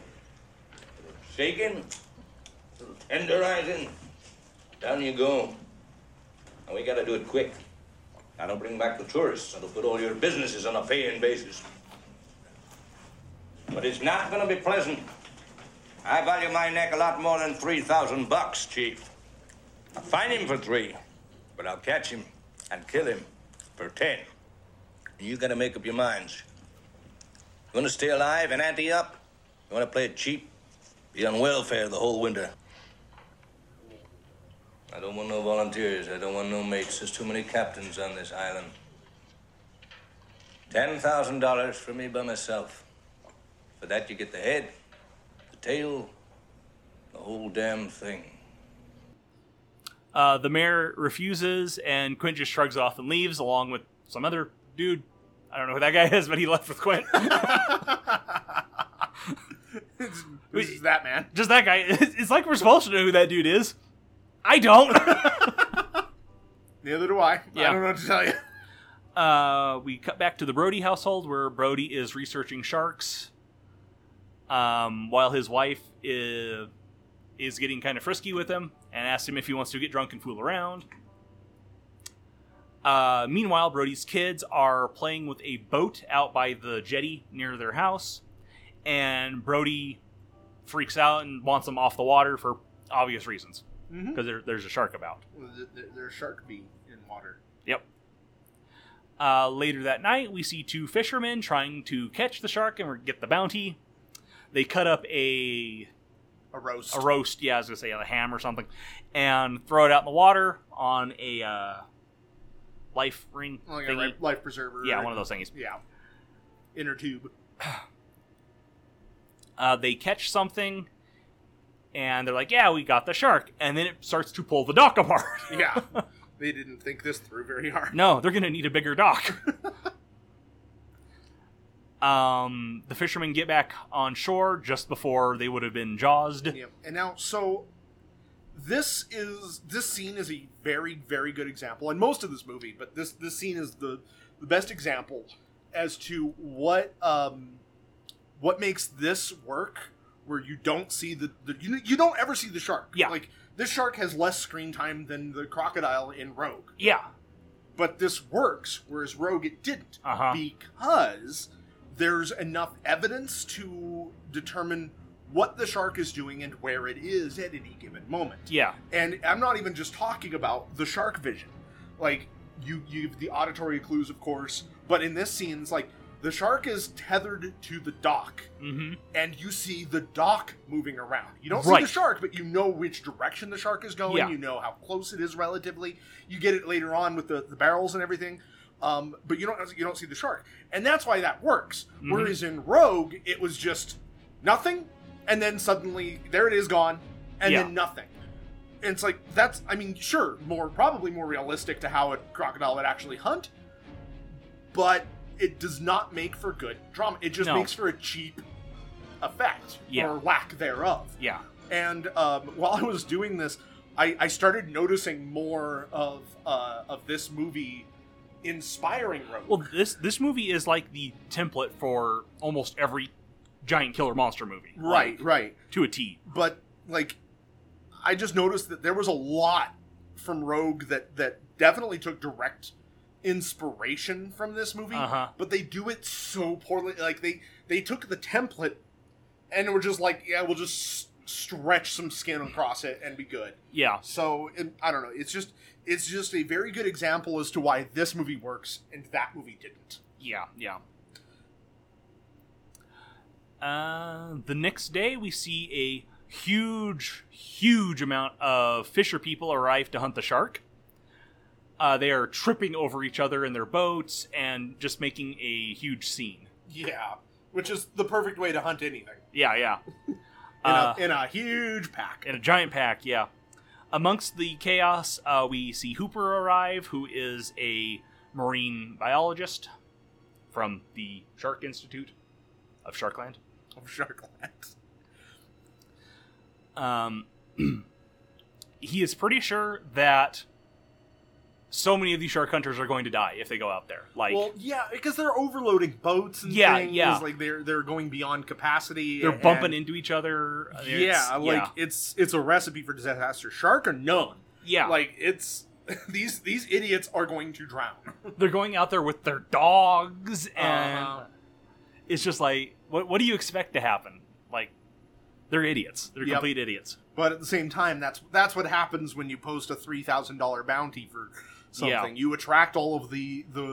Speaker 7: Shaking, tenderizing, down you go. And we gotta do it quick. I don't bring back the tourists. That'll put all your businesses on a paying basis. But it's not gonna be pleasant. I value my neck a lot more than 3,000 bucks, Chief. I'll find him for three, but I'll catch him and kill him for 10. You gotta make up your minds. You wanna stay alive and ante up? You wanna play it cheap? Be on welfare the whole winter. I don't want no volunteers. I don't want no mates. There's too many captains on this island. $10,000 for me by myself. For that, you get the head, the tail, the whole damn thing.
Speaker 2: Uh, the mayor refuses, and Quint just shrugs it off and leaves, along with some other dude. I don't know who that guy is, but he left with Quint.
Speaker 1: It's, this is that man.
Speaker 2: just that guy. It's, it's like we're supposed to know who that dude is. I don't.
Speaker 1: Neither do I.
Speaker 2: Yeah.
Speaker 1: I don't know what to tell you.
Speaker 2: uh, we cut back to the Brody household, where Brody is researching sharks, um, while his wife is, is getting kind of frisky with him and asks him if he wants to get drunk and fool around. Uh, meanwhile, Brody's kids are playing with a boat out by the jetty near their house, and Brody freaks out and wants them off the water for obvious reasons because there, there's a shark about.
Speaker 1: Th- th- There's shark bee in water.
Speaker 2: Yep. Uh, later that night, we see two fishermen trying to catch the shark and get the bounty. They cut up a
Speaker 1: A roast.
Speaker 2: a roast, yeah, I was gonna say a ham or something, and throw it out in the water on a uh, life ring
Speaker 1: like a
Speaker 2: thingy.
Speaker 1: ri- life preserver.
Speaker 2: Yeah, one of those thingies.
Speaker 1: Yeah. Inner tube.
Speaker 2: Uh, they catch something, and they're like, "Yeah, we got the shark," and then it starts to pull the dock apart.
Speaker 1: Yeah. they didn't think this through very hard.
Speaker 2: No, they're going to need a bigger dock. um, the fishermen get back on shore just before they would have been jawsed.
Speaker 1: Yep. And now, so this is this scene is a very very good example, and most of this movie, but this this scene is the the best example as to what um what makes this work, where you don't see the, the you, you don't ever see the shark.
Speaker 2: Yeah.
Speaker 1: Like this shark has less screen time than the crocodile in Rogue,
Speaker 2: Yeah.
Speaker 1: but this works, whereas Rogue it didn't
Speaker 2: Uh-huh.
Speaker 1: because there's enough evidence to determine what the shark is doing and where it is at any given moment.
Speaker 2: Yeah.
Speaker 1: And I'm not even just talking about the shark vision. Like you you have the auditory clues of course, but in this scene it's like the shark is tethered to the dock
Speaker 2: Mm-hmm.
Speaker 1: and you see the dock moving around. You don't see
Speaker 2: Right.
Speaker 1: the shark, but you know which direction the shark is going.
Speaker 2: Yeah.
Speaker 1: You know how close it is relatively. You get it later on with the, the barrels and everything, um, but you don't you don't see the shark, and that's why that works.
Speaker 2: Mm-hmm.
Speaker 1: Whereas in Rogue, it was just nothing, and then suddenly there it is gone, and
Speaker 2: Yeah.
Speaker 1: then nothing. And it's like that's I mean sure more probably more realistic to how a crocodile would actually hunt, but it does not make for good drama. It just
Speaker 2: No.
Speaker 1: makes for a cheap effect
Speaker 2: Yeah.
Speaker 1: or lack thereof.
Speaker 2: Yeah.
Speaker 1: And um, while I was doing this, I, I started noticing more of uh, of this movie inspiring Rogue.
Speaker 2: Well, this this movie is like the template for almost every giant killer monster movie.
Speaker 1: right, right.
Speaker 2: To a T.
Speaker 1: But like, I just noticed that there was a lot from Rogue that that definitely took direct inspiration from this movie.
Speaker 2: Uh-huh.
Speaker 1: But they do it so poorly. Like they they took the template and were just like, yeah, we'll just s- stretch some skin across it and be good.
Speaker 2: Yeah.
Speaker 1: So it, I don't know. It's just it's just a very good example as to why this movie works and that movie didn't.
Speaker 2: Yeah. Yeah. Uh, the next day, we see a huge, huge amount of fisher people arrive to hunt the shark. Uh, they are tripping over each other in their boats and just making a huge scene.
Speaker 1: Yeah, which is the perfect way to hunt anything
Speaker 2: Yeah, yeah.
Speaker 1: in,
Speaker 2: Uh,
Speaker 1: a, in a huge pack.
Speaker 2: in a giant pack, yeah. Amongst the chaos, uh, we see Hooper arrive, who is a marine biologist from the Shark Institute. of Sharkland.
Speaker 1: of Sharkland.
Speaker 2: um, he is pretty sure that so many of these shark hunters are going to die if they go out there. Like
Speaker 1: Well, yeah, because they're overloading boats and
Speaker 2: Yeah,
Speaker 1: things.
Speaker 2: yeah.
Speaker 1: Like they're they're going beyond capacity.
Speaker 2: they're
Speaker 1: and-
Speaker 2: bumping into each other. It's-
Speaker 1: yeah, like it's it's a recipe for disaster. Shark or none.
Speaker 2: yeah, like
Speaker 1: Like it's these these idiots are going to drown.
Speaker 2: they're going out there with their dogs, and
Speaker 1: Uh,
Speaker 2: it's just like, what what do you expect to happen? Like they're idiots. They're
Speaker 1: Yep.
Speaker 2: complete idiots.
Speaker 1: but at the same time, that's that's what happens when you post a three thousand dollar bounty for something.
Speaker 2: Yeah.
Speaker 1: You attract all of the the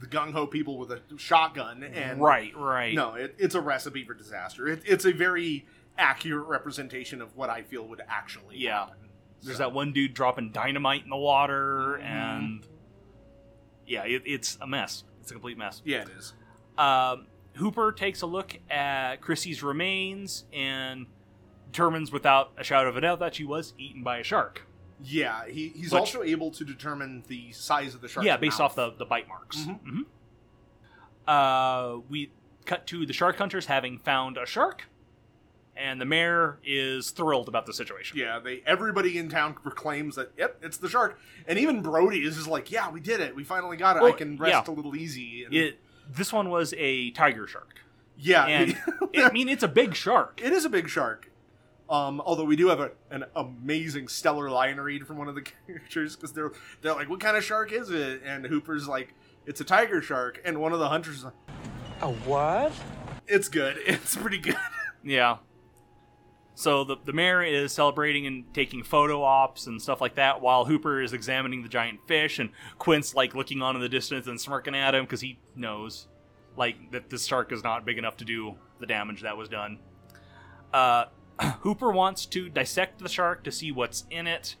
Speaker 1: the gung ho people with a shotgun and
Speaker 2: right, right.
Speaker 1: No, it, it's a recipe for disaster. It, it's a very accurate representation of what I feel would actually
Speaker 2: Yeah.
Speaker 1: happen.
Speaker 2: There's
Speaker 1: So,
Speaker 2: that one dude dropping dynamite in the water,
Speaker 1: Mm-hmm.
Speaker 2: and yeah, it, it's a mess. It's a complete mess.
Speaker 1: Yeah, it is.
Speaker 2: Um, Hooper takes a look at Chrissy's remains and determines without a shadow of a doubt that she was eaten by a shark.
Speaker 1: Yeah, he, he's
Speaker 2: Which-
Speaker 1: also able to determine the size of the shark.
Speaker 2: yeah, based off the, the bite marks.
Speaker 1: Mhm.
Speaker 2: Mhm. Uh, we cut to the shark hunters having found a shark, and the mayor is thrilled about the situation.
Speaker 1: Yeah, they everybody in town proclaims that yep, it's the shark, and even Brody is just like, yeah, we did it, we finally got it.
Speaker 2: Well,
Speaker 1: I can rest a
Speaker 2: yeah.
Speaker 1: little easy. And,
Speaker 2: It, this one was a tiger shark.
Speaker 1: yeah,
Speaker 2: And it, I mean, it's a big shark.
Speaker 1: it is a big shark. Um, although we do have a, an amazing stellar line read from one of the characters because they're they're like, "What kind of shark is it?" And Hooper's like, "It's a tiger shark." And one of the hunters is like,
Speaker 3: A what?
Speaker 1: "It's good. It's pretty good."
Speaker 2: Yeah. So the, the mayor is celebrating and taking photo ops and stuff like that while Hooper is examining the giant fish and Quint's like looking on in the distance and smirking at him because he knows like that this shark is not big enough to do the damage that was done. Uh, Hooper wants to dissect the shark to see what's in it.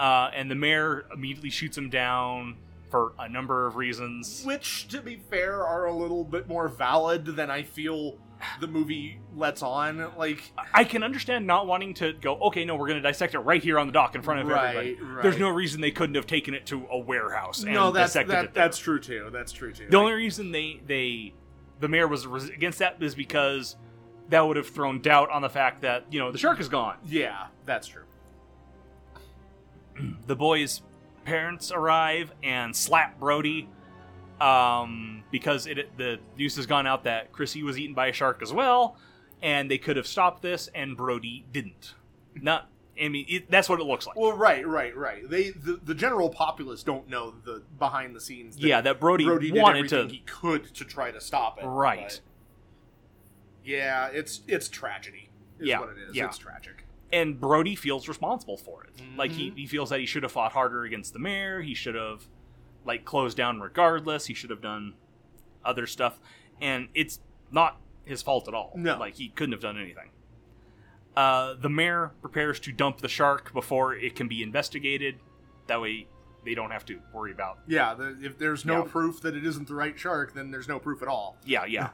Speaker 2: Uh, and the mayor immediately shoots him down for a number of reasons.
Speaker 1: Which, to be fair, are a little bit more valid than I feel the movie lets on. Like,
Speaker 2: I can understand not wanting to go, okay, no, we're going to dissect it right here on the dock in front of
Speaker 1: Right,
Speaker 2: everybody.
Speaker 1: right.
Speaker 2: There's no reason they couldn't have taken it to a warehouse and
Speaker 1: no, that's
Speaker 2: dissected
Speaker 1: that,
Speaker 2: it. there.
Speaker 1: that's true too. That's true too.
Speaker 2: the only reason they, they the mayor was res- against that is because that would have thrown doubt on the fact that, you know, the shark is gone.
Speaker 1: yeah, that's true.
Speaker 2: The boys' parents arrive and slap Brody um, because it, the news has gone out that Chrissy was eaten by a shark as well, and they could have stopped this, and Brody didn't. Not, I mean, it, that's what it looks like.
Speaker 1: Well, right, right, right. They the, the general populace don't know the behind the scenes.
Speaker 2: yeah, that Brody,
Speaker 1: Brody did
Speaker 2: wanted
Speaker 1: everything
Speaker 2: to.
Speaker 1: he could to try to stop it.
Speaker 2: Right.
Speaker 1: but- yeah, it's it's tragedy. Is
Speaker 2: Yeah,
Speaker 1: what it is.
Speaker 2: yeah.
Speaker 1: It's tragic.
Speaker 2: and Brody feels responsible for it. Like he, he feels that he should have fought harder against the mayor. He should have like closed down regardless. He should have done other stuff, and it's not his fault at all.
Speaker 1: No.
Speaker 2: like he couldn't have done anything. Uh, the mayor prepares to dump the shark before it can be investigated. That way, they don't have to worry about
Speaker 1: Yeah, the, if there's no
Speaker 2: Yeah.
Speaker 1: proof that it isn't the right shark, then there's no proof at all.
Speaker 2: Yeah, yeah.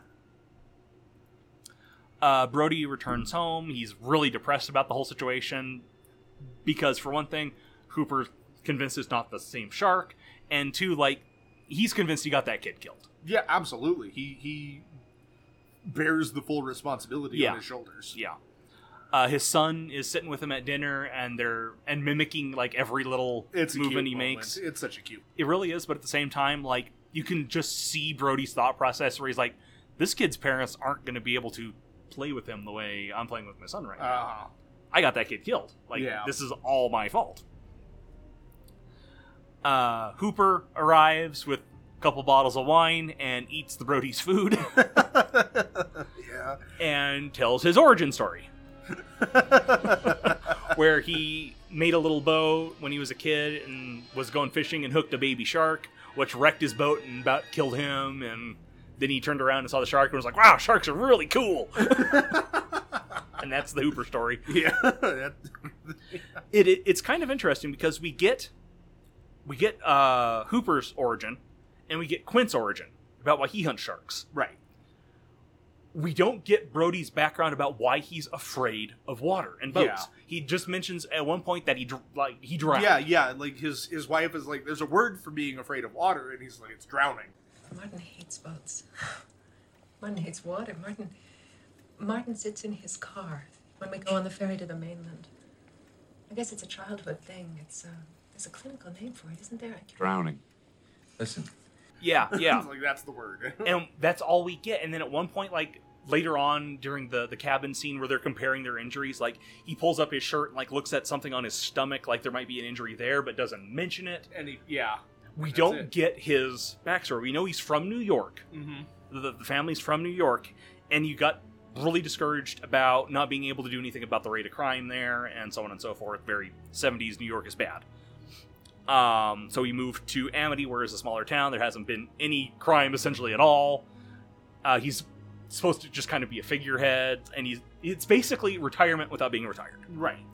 Speaker 2: uh, Brody returns home. He's really depressed about the whole situation because, for one thing, Hooper's convinced it's not the same shark, and two, like, he's convinced he got that kid killed.
Speaker 1: Yeah, absolutely. He he bears the full responsibility
Speaker 2: Yeah.
Speaker 1: on his shoulders.
Speaker 2: Yeah. Uh, his son is sitting with him at dinner, and they're and mimicking like every little
Speaker 1: It's a
Speaker 2: movement
Speaker 1: cute
Speaker 2: he
Speaker 1: moment.
Speaker 2: makes.
Speaker 1: It's such a cute.
Speaker 2: It really is, but at the same time, like you can just see Brody's thought process where he's like, "This kid's parents aren't going to be able to play with him the way I'm playing with my son right now."
Speaker 1: Uh,
Speaker 2: I got that kid killed. Like
Speaker 1: Yeah.
Speaker 2: this is all my fault. Uh, Hooper arrives with a couple bottles of wine and eats the Brody's food
Speaker 1: yeah.
Speaker 2: and tells his origin story, where he made a little boat when he was a kid and was going fishing and hooked a baby shark, which wrecked his boat and about killed him. And then he turned around and saw the shark and was like, "Wow, sharks are really cool." and that's the Hooper story.
Speaker 1: Yeah. that,
Speaker 2: it, it it's kind of interesting because we get we get uh, Hooper's origin and we get Quint's origin about why he hunts sharks.
Speaker 1: right.
Speaker 2: We don't get Brody's background about why he's afraid of water and boats.
Speaker 1: Yeah.
Speaker 2: He just mentions at one point that he dr- like he drowned.
Speaker 1: Yeah, yeah. Like his his wife is like, "There's a word for being afraid of water," and he's like, "It's drowning."
Speaker 6: Martin hates boats.
Speaker 8: Martin hates water. Martin, Martin sits in his car when we go on the ferry to the mainland. I guess it's a childhood thing. It's uh, there's a clinical name for it, isn't there? I can't
Speaker 9: Drowning. Listen,
Speaker 2: Yeah, yeah.
Speaker 1: like that's the word.
Speaker 2: and that's all we get. And then at one point, like later on during the the cabin scene where they're comparing their injuries, like he pulls up his shirt and like looks at something on his stomach, like there might be an injury there, but doesn't mention it.
Speaker 1: and he, yeah,
Speaker 2: We
Speaker 1: That's
Speaker 2: don't
Speaker 1: it.
Speaker 2: get his backstory. We know he's from New York. Mm-hmm. The, the family's from New York, and you got really discouraged about not being able to do anything about the rate of crime there, and so on and so forth. Very 70s New York is bad. Um, so he moved to Amity, where is a smaller town. There hasn't been any crime essentially at all. Uh, he's supposed to just kind of be a figurehead, and he's it's basically retirement without being retired.
Speaker 1: right.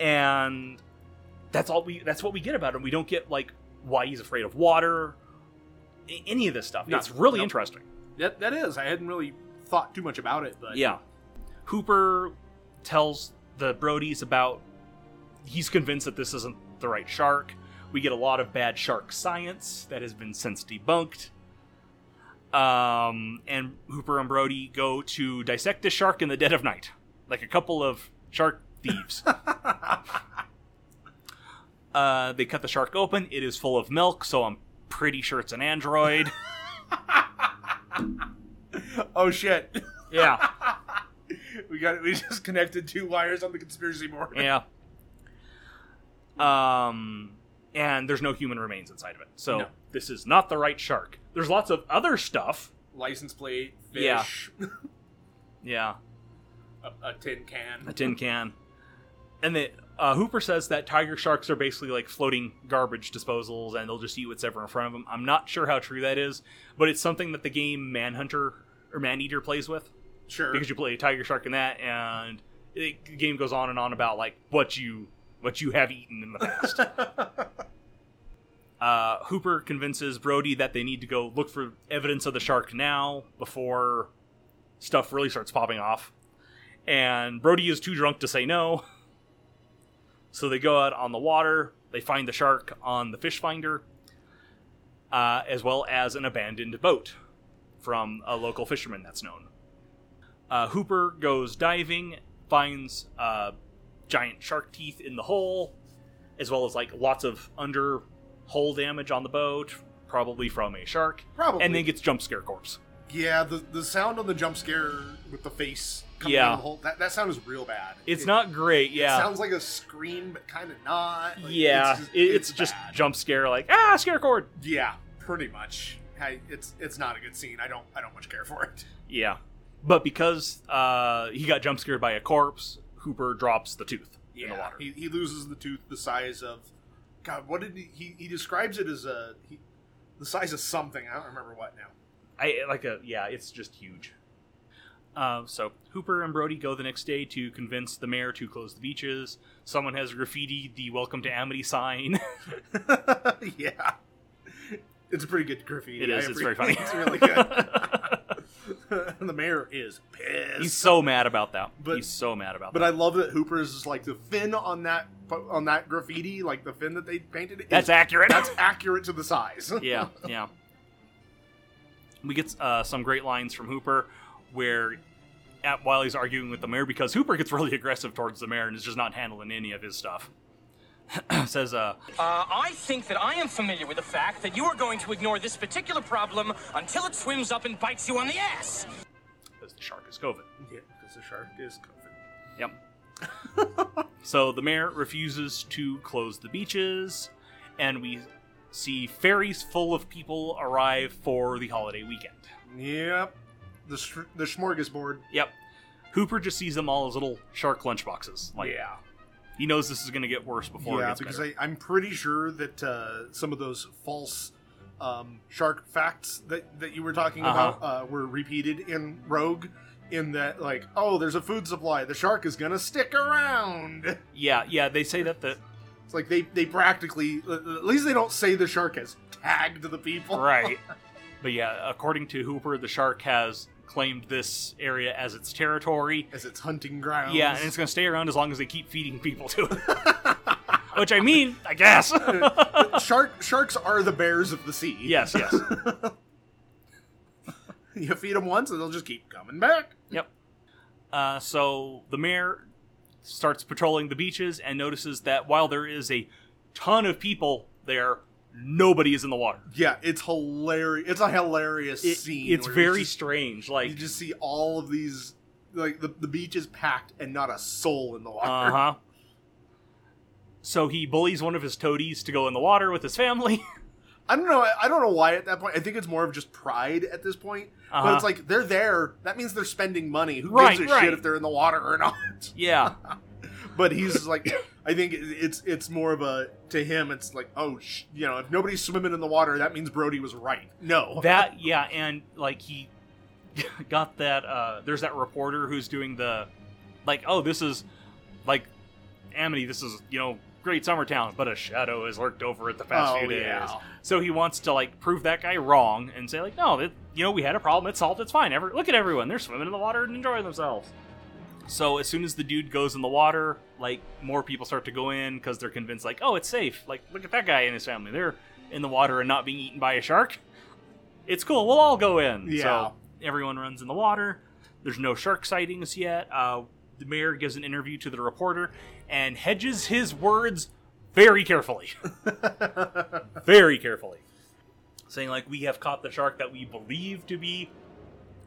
Speaker 2: And that's all we that's what we get about him. We don't get like why he's afraid of water, a- any of this stuff.
Speaker 1: No,
Speaker 2: it's really
Speaker 1: no.
Speaker 2: interesting.
Speaker 1: That that is. I hadn't really thought too much about it, but
Speaker 2: Yeah. Hooper tells the Brodies about he's convinced that this isn't the right shark. We get a lot of bad shark science that has been since debunked. Um, and Hooper and Brody go to dissect the shark in the dead of night, like a couple of shark thieves. uh, they cut the shark open. It is full of milk, so I'm pretty sure it's an android.
Speaker 1: Oh shit,
Speaker 2: yeah.
Speaker 1: we got we just connected two wires on the conspiracy board.
Speaker 2: yeah. Um, and there's no human remains inside of it, so
Speaker 1: No.
Speaker 2: this is not the right shark. There's lots of other stuff.
Speaker 1: License plate,
Speaker 2: Yeah.
Speaker 1: fish,
Speaker 2: Yeah,
Speaker 1: a, a tin
Speaker 2: a
Speaker 1: can.
Speaker 2: tin can, and the uh, Hooper says that tiger sharks are basically like floating garbage disposals, and they'll just eat what's ever in front of them. I'm not sure how true that is, but it's something that the game Manhunter or Maneater plays with.
Speaker 1: Sure.
Speaker 2: because you play tiger shark in that and it, the game goes on and on about like what you what you have eaten in the past uh, hooper convinces brody that they need to go look for evidence of the shark now before stuff really starts popping off and brody is too drunk to say no so they go out on the water they find the shark on the fish finder uh, as well as an abandoned boat from a local fisherman that's known uh, Hooper goes diving, finds uh, giant shark teeth in the hole, as well as like lots of under hull damage on the boat, probably from a shark.
Speaker 1: Probably.
Speaker 2: And then gets jump scare corpse.
Speaker 1: yeah, the the sound on the jump scare with the face coming
Speaker 2: Yeah.
Speaker 1: out of the hole. That that sound is real bad.
Speaker 2: It's
Speaker 1: It-
Speaker 2: not great,
Speaker 1: It
Speaker 2: yeah.
Speaker 1: sounds like a scream, but kind of not. Like,
Speaker 2: yeah,
Speaker 1: it's just,
Speaker 2: it- it's, just
Speaker 1: bad.
Speaker 2: jump scare, like ah, scare cord.
Speaker 1: Yeah, pretty much. I, it's it's not a good scene. I don't I don't much care for it.
Speaker 2: Yeah, but because uh, he got jump scared by a corpse, Hooper drops the tooth in the water.
Speaker 1: He, he loses the tooth the size of God. What did he he, he describes it as a he, the size of something. I don't remember what now.
Speaker 2: I like a yeah, it's just huge. Uh, so Hooper and Brody go the next day to convince the mayor to close the beaches. Someone has graffitied the "Welcome to Amity" sign.
Speaker 1: yeah, it's a pretty good graffiti.
Speaker 2: It is,
Speaker 1: I
Speaker 2: it's very
Speaker 1: appreciate-
Speaker 2: funny.
Speaker 1: It's really good. and the mayor is pissed.
Speaker 2: He's so mad about that.
Speaker 1: But-
Speaker 2: He's so mad about
Speaker 1: but
Speaker 2: that.
Speaker 1: I love that Hooper is just like the fin on that on that graffiti, like the fin that they painted. is-
Speaker 2: That's accurate.
Speaker 1: That's accurate to the size.
Speaker 2: yeah, yeah. We get uh, some great lines from Hooper, where at while he's arguing with the mayor because Hooper gets really aggressive towards the mayor and is just not handling any of his stuff. Says, uh,
Speaker 3: Uh, I think that I am familiar with the fact that you are going to ignore this particular problem until it swims up and bites you on the ass.
Speaker 2: because the shark is COVID.
Speaker 1: Yeah, because the shark is COVID.
Speaker 2: Yep. so the mayor refuses to close the beaches, and we see ferries full of people arrive for the holiday weekend.
Speaker 1: Yep. The sh- the smorgasbord.
Speaker 2: Yep. Hooper just sees them all as little shark lunchboxes. Like
Speaker 1: yeah.
Speaker 2: he knows this is going to get worse before it
Speaker 1: Yeah,
Speaker 2: Oh, gets
Speaker 1: because
Speaker 2: better.
Speaker 1: I, I'm pretty sure that uh, some of those false um, shark facts that, that you were talking
Speaker 2: Uh-huh.
Speaker 1: about uh, were repeated in Rogue. In that, like, oh, there's a food supply. The shark is gonna stick around.
Speaker 2: yeah, yeah. They say that the
Speaker 1: It's like they they practically uh, at least they don't say the shark has tagged the people.
Speaker 2: right, but yeah. According to Hooper, the shark has claimed this area as its territory.
Speaker 1: As it's hunting grounds.
Speaker 2: Yeah, and it's going to stay around as long as they keep feeding people to it. Which I mean, I guess.
Speaker 1: shark sharks are the bears of the sea.
Speaker 2: yes, yes.
Speaker 1: You feed them once, and they'll just keep coming back.
Speaker 2: Yep. Uh, so the mayor starts patrolling the beaches and notices that while there is a ton of people there, nobody is in the water.
Speaker 1: Yeah, it's hilarious. It's a hilarious
Speaker 2: It-
Speaker 1: scene.
Speaker 2: it's
Speaker 1: where
Speaker 2: very
Speaker 1: just-
Speaker 2: strange. Like,
Speaker 1: you just see all of these, like the, the beach is packed and not a soul in the
Speaker 2: uh
Speaker 1: water.
Speaker 2: huh. So he bullies one of his toadies to go in the water with his family.
Speaker 1: I don't know. I, I don't know why at that point. I think it's more of just pride at this point. But
Speaker 2: Uh-huh.
Speaker 1: it's like they're there. That means they're spending money. Who
Speaker 2: Right,
Speaker 1: gives a
Speaker 2: right.
Speaker 1: shit if they're in the water or not?
Speaker 2: yeah.
Speaker 1: But he's like, I think it- it's it's more of a to him. It's like, oh, sh-, you know, if nobody's swimming in the water, that means Brody was right. No,
Speaker 2: That yeah, and like he got that uh there's that reporter who's doing the like, oh, this is like Amity, this is, you know, great summer town, but a shadow has lurked over it the past
Speaker 1: Oh,
Speaker 2: few days.
Speaker 1: yeah.
Speaker 2: So he wants to like prove that guy wrong and say like, no, it, you know, we had a problem, it's solved, it's fine. Every, look at everyone, they're swimming in the water and enjoying themselves. So as soon as the dude goes in the water, like more people start to go in because they're convinced like, oh, it's safe. Like, look at that guy and his family, they're in the water and not being eaten by a shark. It's cool. We'll all go in.
Speaker 1: Yeah.
Speaker 2: So everyone runs in the water. There's no shark sightings yet. Uh, the mayor gives an interview to the reporter and hedges his words very carefully. very carefully. Saying, like, we have caught the shark that we believe to be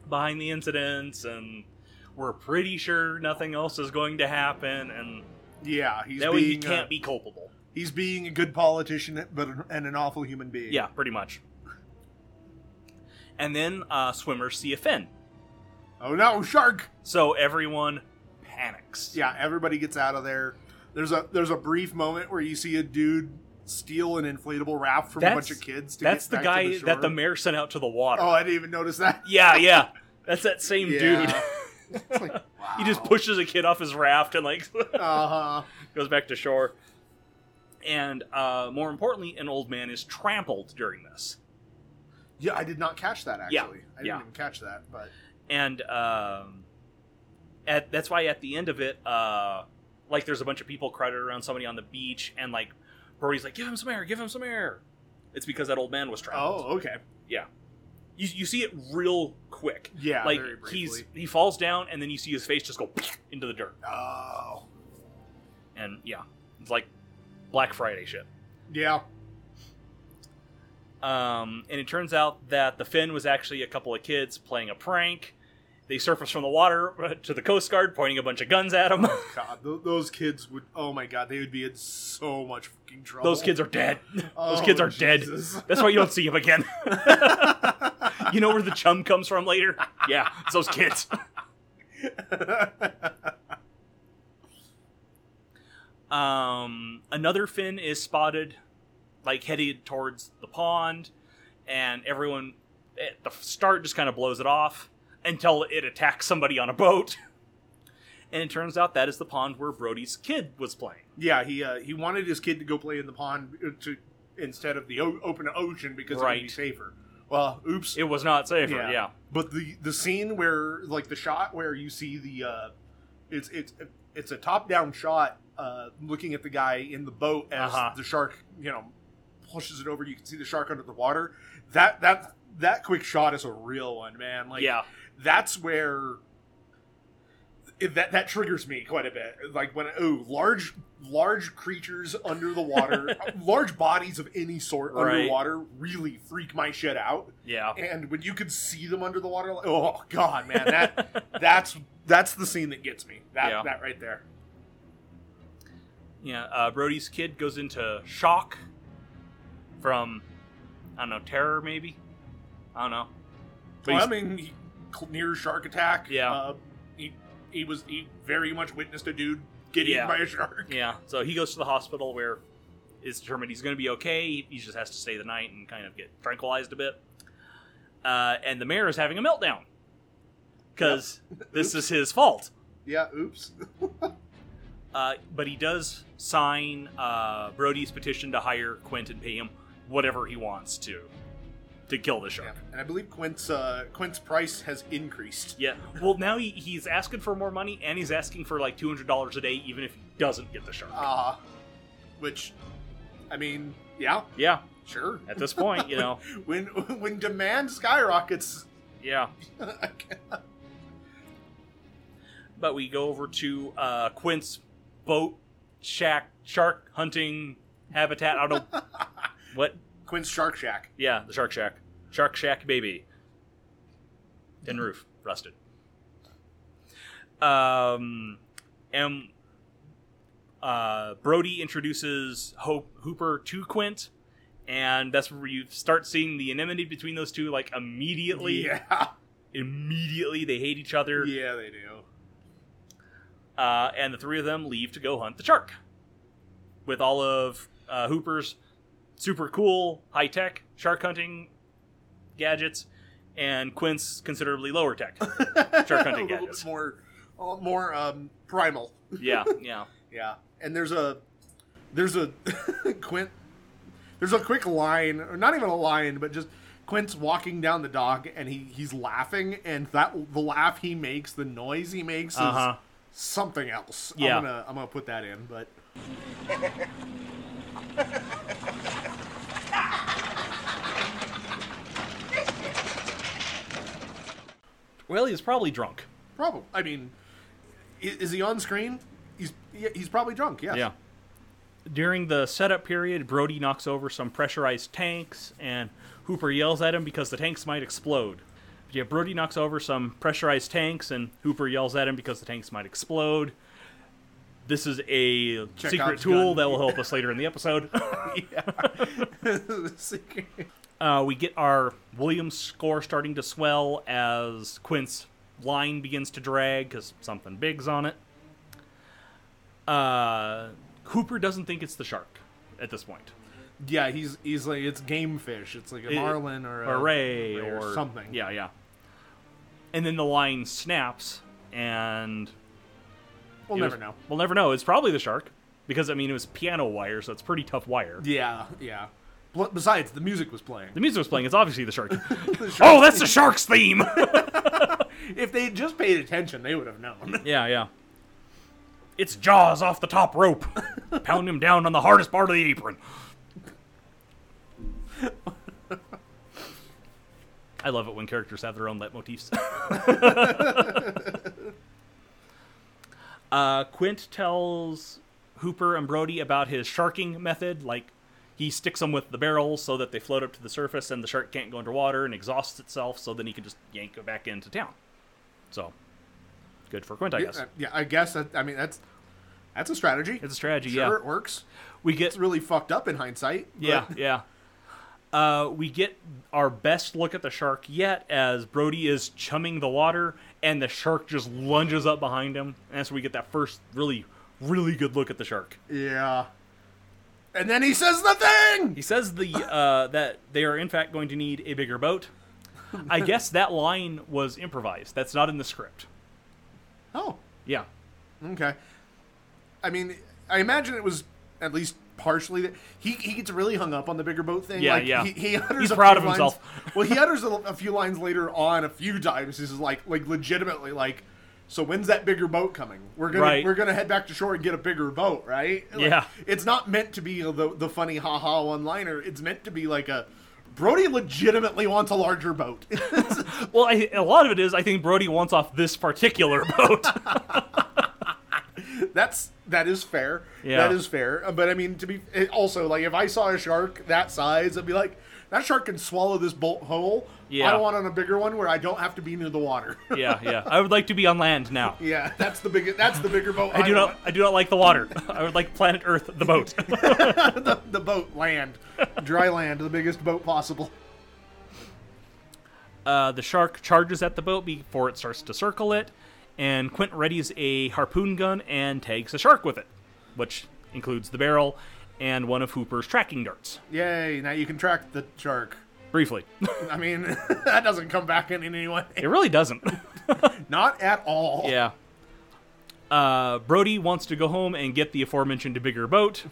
Speaker 2: behind the incidents, and we're pretty sure nothing else is going to happen, and
Speaker 1: yeah, he's
Speaker 2: that way he
Speaker 1: being
Speaker 2: can't
Speaker 1: uh,
Speaker 2: be culpable.
Speaker 1: he's being a good politician, but an- and an awful human being.
Speaker 2: Yeah, pretty much. And then uh, swimmers see a fin.
Speaker 1: Oh no, shark!
Speaker 2: So everyone panics.
Speaker 1: Yeah, everybody gets out of there. There's a there's a brief moment where you see a dude steal an inflatable raft from a bunch of kids. To
Speaker 2: that's
Speaker 1: get
Speaker 2: the
Speaker 1: back
Speaker 2: guy
Speaker 1: to the shore.
Speaker 2: that the mayor sent out to the water.
Speaker 1: Oh, I didn't even notice that.
Speaker 2: yeah, yeah. That's that same dude.
Speaker 1: Yeah. It's like, wow.
Speaker 2: he just pushes a kid off his raft and like
Speaker 1: Uh huh.
Speaker 2: goes back to shore. And uh, more importantly, an old man is trampled during this.
Speaker 1: Yeah, I did not catch that actually.
Speaker 2: Yeah,
Speaker 1: I didn't
Speaker 2: yeah.
Speaker 1: even catch that, but
Speaker 2: and um, at that's why at the end of it, uh, like there's a bunch of people crowded around somebody on the beach, and like Brody's like, "Give him some air, give him some air." It's because that old man was trampled.
Speaker 1: oh, okay.
Speaker 2: yeah. You, you see it real quick.
Speaker 1: Yeah,
Speaker 2: like
Speaker 1: very
Speaker 2: he's
Speaker 1: briefly.
Speaker 2: he falls down, and then you see his face just go into the dirt,
Speaker 1: Oh,
Speaker 2: and yeah, it's like Black Friday shit.
Speaker 1: yeah.
Speaker 2: Um, and it turns out that the fin was actually a couple of kids playing a prank. They surface from the water uh, to the Coast Guard, pointing a bunch of guns at them.
Speaker 1: God, th- those kids would. Oh my God, they would be in so much fucking trouble.
Speaker 2: Those kids are dead. Those
Speaker 1: Oh,
Speaker 2: kids are
Speaker 1: Jesus.
Speaker 2: dead. That's why you don't see them again. you know where the chum comes from later? Yeah, it's those kids. um, another fin is spotted, like headed towards the pond, and everyone at the start just kind of blows it off until it attacks somebody on a boat. And it turns out that is the pond where Brody's kid was playing.
Speaker 1: Yeah, he uh, he wanted his kid to go play in the pond uh, to instead of the o- open ocean because it would be
Speaker 2: Right.
Speaker 1: safer. Well, oops.
Speaker 2: It was not safer. yeah.
Speaker 1: But the the scene where like the shot where you see the uh, it's it's it's a top down shot uh, looking at the guy in the boat as
Speaker 2: Uh-huh.
Speaker 1: the shark you know pushes it over. You can see the shark under the water. That that that quick shot is a real one, man. Like
Speaker 2: yeah.
Speaker 1: that's where it, that that triggers me quite a bit. Like when oh, large large creatures under the water, large bodies of any sort
Speaker 2: Right.
Speaker 1: underwater really freak my shit out.
Speaker 2: Yeah.
Speaker 1: And when you could see them under the water, like, oh god, man, that that's that's the scene that gets me. That
Speaker 2: Yeah.
Speaker 1: that right there.
Speaker 2: Yeah, uh, Brody's kid goes into shock from, I don't know, terror maybe? I don't know. But
Speaker 1: Well, I
Speaker 2: he's-
Speaker 1: mean, he, near shark attack.
Speaker 2: Yeah.
Speaker 1: uh, he he was he very much witnessed a dude get
Speaker 2: Yeah.
Speaker 1: eaten by a shark.
Speaker 2: Yeah, so he goes to the hospital where it's determined he's going to be okay. He just has to stay the night and kind of get tranquilized a bit. Uh, and the mayor is having a meltdown because this is his fault.
Speaker 1: Yeah, oops.
Speaker 2: Uh, but he does sign uh, Brody's petition to hire Quint and pay him whatever he wants to to kill the shark.
Speaker 1: Yeah, and I believe Quint's uh, Quint's price has increased.
Speaker 2: Yeah. Well, now he, he's asking for more money, and he's asking for like two hundred dollars a day, even if he doesn't get the shark.
Speaker 1: Uh, which, I mean, yeah,
Speaker 2: yeah.
Speaker 1: sure.
Speaker 2: At this point, you know.
Speaker 1: When when demand skyrockets,
Speaker 2: Yeah. but we go over to uh, Quint's boat shack shark hunting habitat. I don't know what.
Speaker 1: Quinn's Shark Shack.
Speaker 2: Yeah, the shark shack, shark shack baby, and roof rusted. Um, and uh, Brody introduces Hope Hooper to Quint. And that's where you start seeing the enmity between those two, like immediately.
Speaker 1: Yeah.
Speaker 2: Immediately, they hate each other.
Speaker 1: Yeah, they do.
Speaker 2: uh, and the three of them leave to go hunt the shark with all of uh, Hooper's super cool high tech shark hunting gadgets and Quint's considerably lower tech shark
Speaker 1: a little
Speaker 2: hunting
Speaker 1: bit
Speaker 2: gadgets.
Speaker 1: more, a lot more um, primal.
Speaker 2: Yeah, yeah.
Speaker 1: Yeah, and there's a there's a Quint there's a quick line, or not even a line, but just Quint's walking down the dock and he he's laughing, and that the laugh he makes, the noise he makes, is
Speaker 2: Uh-huh.
Speaker 1: something else.
Speaker 2: Yeah.
Speaker 1: I'm gonna I'm gonna put that in, but
Speaker 2: Well, he's probably drunk.
Speaker 1: probably I mean, i- is he on screen? He's yeah, he's probably drunk. Yes.
Speaker 2: Yeah. During the setup period, Brody knocks over some pressurized tanks, and Hooper yells at him because the tanks might explode. Yeah, Brody knocks over some pressurized tanks, and Hooper yells at him because the tanks might explode. This is a
Speaker 1: Chekhov's
Speaker 2: secret tool
Speaker 1: gun.
Speaker 2: that will help us later in the episode.
Speaker 1: Secret-
Speaker 2: uh, we get our Williams score starting to swell as Quint's line begins to drag because something big's on it. Uh, Hooper doesn't think it's the shark at this point.
Speaker 1: yeah, he's he's like it's game fish. It's like a
Speaker 2: It-
Speaker 1: marlin or a
Speaker 2: or ray
Speaker 1: Uh, ray
Speaker 2: or,
Speaker 1: or something.
Speaker 2: Yeah, yeah. And then the line snaps, and
Speaker 1: We'll
Speaker 2: it
Speaker 1: never
Speaker 2: was-
Speaker 1: know.
Speaker 2: We'll never know. It's probably the shark because I mean it was piano wire, so it's pretty tough wire.
Speaker 1: Yeah, yeah. Bl- Besides, the music was playing.
Speaker 2: The music was playing. It's obviously the shark.
Speaker 1: The shark-
Speaker 2: oh, that's the shark's theme.
Speaker 1: If they just paid attention, they would have known.
Speaker 2: yeah, yeah. It's jaws off the top rope. Pound him down on the hardest part of the apron. I love it when characters have their own leitmotifs. uh, Quint tells Hooper and Brody about his sharking method. Like, he sticks them with the barrels so that they float up to the surface and the shark can't go underwater and exhausts itself, so then he can just yank it back into town. So, good for Quint, I guess.
Speaker 1: Yeah, uh, yeah, I guess. That, I mean, that's that's a strategy.
Speaker 2: It's a strategy,
Speaker 1: sure,
Speaker 2: yeah.
Speaker 1: it works.
Speaker 2: We get
Speaker 1: It's really fucked up in hindsight. but-
Speaker 2: Yeah, yeah. Uh, we get our best look at the shark yet as Brody is chumming the water and the shark just lunges up behind him. And that's where we get that first really, really good look at the shark.
Speaker 1: yeah. And then he says the thing.
Speaker 2: He says the uh, that they are in fact going to need a bigger boat. I guess that line was improvised. That's not in the script.
Speaker 1: Oh,
Speaker 2: Yeah.
Speaker 1: okay. I mean, I imagine it was at least partially that he, he gets really hung up on the bigger boat thing.
Speaker 2: Yeah,
Speaker 1: like,
Speaker 2: yeah.
Speaker 1: He, he utters
Speaker 2: He's
Speaker 1: a
Speaker 2: proud
Speaker 1: few
Speaker 2: of himself.
Speaker 1: lines- well, he utters a, a few lines later on a few times. He's just like like legitimately like. So when's that bigger boat coming? We're gonna
Speaker 2: Right.
Speaker 1: we're gonna head back to shore and get a bigger boat, right? Like,
Speaker 2: Yeah.
Speaker 1: It's not meant to be the the funny haha one liner. It's meant to be like a Brody legitimately wants a larger boat.
Speaker 2: Well, I, a lot of it is I think Brody wants off this particular boat.
Speaker 1: That's that is fair.
Speaker 2: Yeah.
Speaker 1: That is fair. Uh, But I mean, to be it- also like, if I saw a shark that size, I'd be like, that shark can swallow this bolt whole.
Speaker 2: Yeah.
Speaker 1: I want on a bigger one where I don't have to be near the water.
Speaker 2: yeah, yeah. I would like to be on land now.
Speaker 1: yeah, that's the big. That's the bigger boat.
Speaker 2: I do
Speaker 1: want.
Speaker 2: not. I do not like the water. I would like planet Earth, the boat.
Speaker 1: the boat land, dry land, the biggest boat possible.
Speaker 2: Uh, the shark charges at the boat before it starts to circle it, and Quint readies a harpoon gun and tags the shark with it, which includes the barrel and one of Hooper's tracking darts.
Speaker 1: Yay! Now you can track the shark.
Speaker 2: Briefly,
Speaker 1: I mean, that doesn't come back in any way.
Speaker 2: it really doesn't.
Speaker 1: Not at all.
Speaker 2: yeah. Uh, Brody wants to go home and get the aforementioned bigger boat,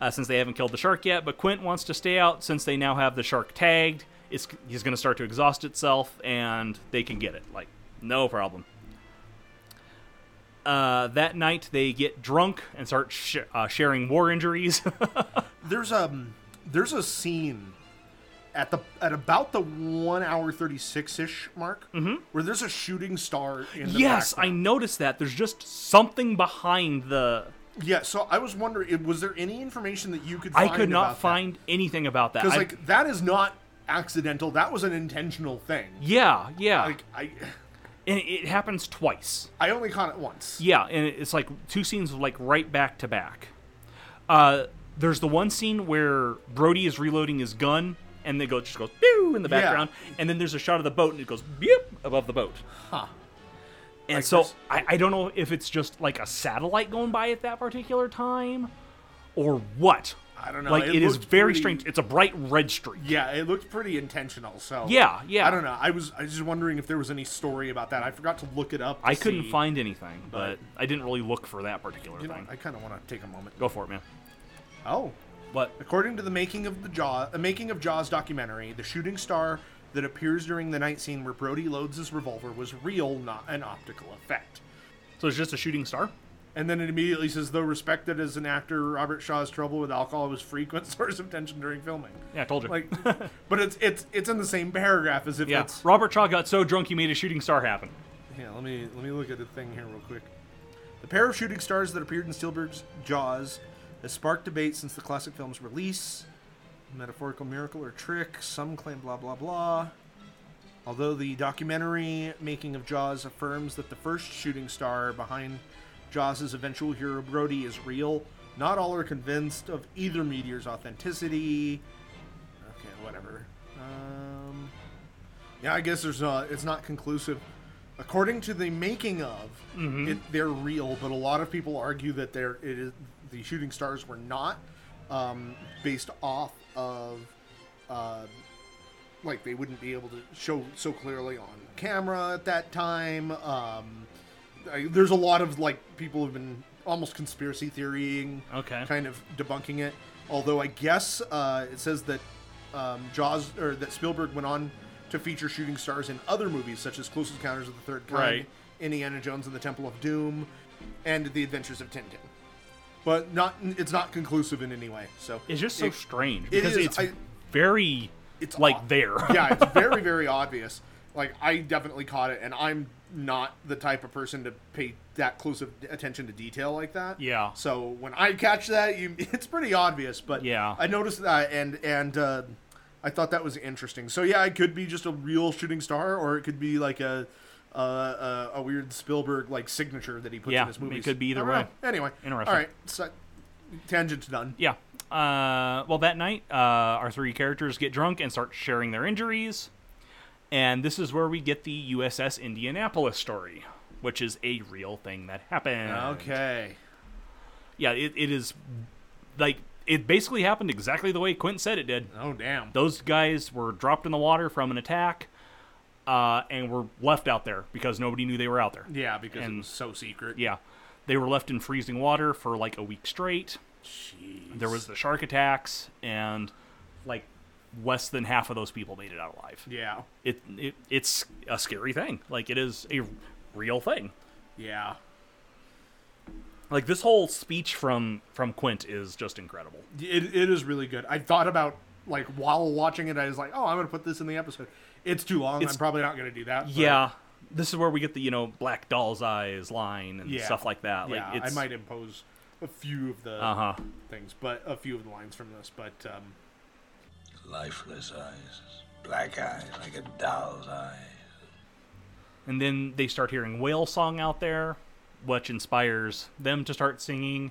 Speaker 2: uh, since they haven't killed the shark yet. But Quint wants to stay out since they now have the shark tagged. It's he's going to start to exhaust itself, and they can get it. Like no problem. Uh, that night they get drunk and start sh- uh, sharing war injuries.
Speaker 1: there's um there's a scene at the at about the one hour thirty six ish mark,
Speaker 2: Mhm.
Speaker 1: where there's a shooting star in the
Speaker 2: Yes,
Speaker 1: background.
Speaker 2: I noticed that. There's just something behind the.
Speaker 1: yeah. So I was wondering, it- was there any information that you could?
Speaker 2: I
Speaker 1: Find
Speaker 2: could
Speaker 1: about
Speaker 2: not
Speaker 1: that?
Speaker 2: find anything about that.
Speaker 1: because
Speaker 2: I-
Speaker 1: like that is not accidental. That was an intentional thing.
Speaker 2: yeah, yeah,
Speaker 1: Like I,
Speaker 2: and it, it happens twice.
Speaker 1: I only caught it once.
Speaker 2: Yeah, and it- it's like two scenes like right back to back. Uh, there's the one scene where Brody is reloading his gun, and they go just goes pew in the
Speaker 1: Yeah.
Speaker 2: background, and then there's a shot of the boat, and it goes beep above the boat.
Speaker 1: Huh.
Speaker 2: And
Speaker 1: Like
Speaker 2: so
Speaker 1: this-
Speaker 2: I, I don't know if it's just like a satellite going by at that particular time, or what.
Speaker 1: I don't know.
Speaker 2: Like
Speaker 1: It
Speaker 2: it is
Speaker 1: looked
Speaker 2: very
Speaker 1: pretty-
Speaker 2: strange. It's a bright red streak.
Speaker 1: Yeah, it looked pretty intentional. So
Speaker 2: Yeah, yeah.
Speaker 1: I don't know. I was I was just wondering if there was any story about that. I forgot to look it up. to
Speaker 2: I couldn't
Speaker 1: see.
Speaker 2: find anything,
Speaker 1: but-
Speaker 2: but I didn't really look for that particular
Speaker 1: You know,
Speaker 2: thing.
Speaker 1: I kind of want to take a moment.
Speaker 2: Go for it, man.
Speaker 1: Oh,
Speaker 2: What?
Speaker 1: according to the making of the Jaw, the making of Jaws documentary, the shooting star that appears during the night scene where Brody loads his revolver was real, not an optical effect.
Speaker 2: So it's just a shooting star?
Speaker 1: And then it immediately says, though respected as an actor, Robert Shaw's trouble with alcohol was frequent source of tension during filming.
Speaker 2: Yeah, I told you.
Speaker 1: Like, but it's it's it's in the same paragraph as if
Speaker 2: yeah.
Speaker 1: it's.
Speaker 2: Robert Shaw got so drunk he made a shooting star happen.
Speaker 1: Yeah, let me let me look at the thing here real quick. The pair of shooting stars that appeared in Spielberg's Jaws has sparked debate since the classic film's release. Metaphorical miracle or trick? Some claim blah blah blah. Although the documentary making of Jaws affirms that the first shooting star behind Jaws' eventual hero Brody is real, not all are convinced of either meteor's authenticity. Okay, whatever. Um, yeah, I guess there's uh, it's not conclusive. According to the making of, it, they're real, but a lot of people argue that they're it is the shooting stars were not um, based off of uh, like they wouldn't be able to show so clearly on camera at that time. Um, I, there's a lot of like people have been almost conspiracy theorying,
Speaker 2: Okay.
Speaker 1: kind of debunking it. Although I guess uh, it says that um, Jaws or that Spielberg went on to feature shooting stars in other movies such as Close Encounters of the Third Kind,
Speaker 2: Right.
Speaker 1: Indiana Jones and the Temple of Doom, and The Adventures of Tintin. But not it's not conclusive in any way. So
Speaker 2: It's just so
Speaker 1: it-
Speaker 2: strange because
Speaker 1: is,
Speaker 2: it's
Speaker 1: I-
Speaker 2: very
Speaker 1: it's
Speaker 2: like
Speaker 1: odd.
Speaker 2: there.
Speaker 1: yeah, it's very, very obvious. Like I definitely caught it, and I'm not the type of person to pay that close of attention to detail like that.
Speaker 2: Yeah.
Speaker 1: So when I catch that, you, it's pretty obvious. But
Speaker 2: Yeah.
Speaker 1: I noticed that, and and uh, I thought that was interesting. So yeah, it could be just a real shooting star, or it could be like a a, a, a weird Spielberg like signature that he puts
Speaker 2: Yeah,
Speaker 1: in his
Speaker 2: it
Speaker 1: movies.
Speaker 2: could be either
Speaker 1: I don't know.
Speaker 2: way.
Speaker 1: Anyway,
Speaker 2: Interesting.
Speaker 1: All right, so, tangent's done.
Speaker 2: Yeah. Uh, well, that night, uh, our three characters get drunk and start sharing their injuries. And this is where we get the USS Indianapolis story, which is a real thing that happened.
Speaker 1: Ah, Okay.
Speaker 2: Yeah, it, it is like it basically happened exactly the way Quint said it did.
Speaker 1: Oh damn.
Speaker 2: Those guys were dropped in the water from an attack uh, and were left out there because nobody knew they were out there.
Speaker 1: Yeah, because it
Speaker 2: And-
Speaker 1: was so secret.
Speaker 2: Yeah. They were left in freezing water for like a week straight. There was the shark attacks, and like less than half of those people made it out alive.
Speaker 1: Yeah.
Speaker 2: It, it it's a scary thing. Like it is a real thing.
Speaker 1: Yeah.
Speaker 2: Like this whole speech from from Quint is just incredible.
Speaker 1: It, it is really good. I thought about like while watching it, I was like, oh, I'm gonna put this in the episode. It's too long.
Speaker 2: It's-
Speaker 1: I'm probably not gonna do that. but
Speaker 2: Yeah. This is where we get the you know black doll's eyes line and
Speaker 1: Yeah.
Speaker 2: stuff like that. Like
Speaker 1: yeah,
Speaker 2: it's
Speaker 1: I might impose a few of the
Speaker 2: uh huh.
Speaker 1: things, but a few of the lines from this. But um,
Speaker 9: Lifeless eyes, black eyes like a doll's eye.
Speaker 2: And then they start hearing whale song out there, which inspires them to start singing.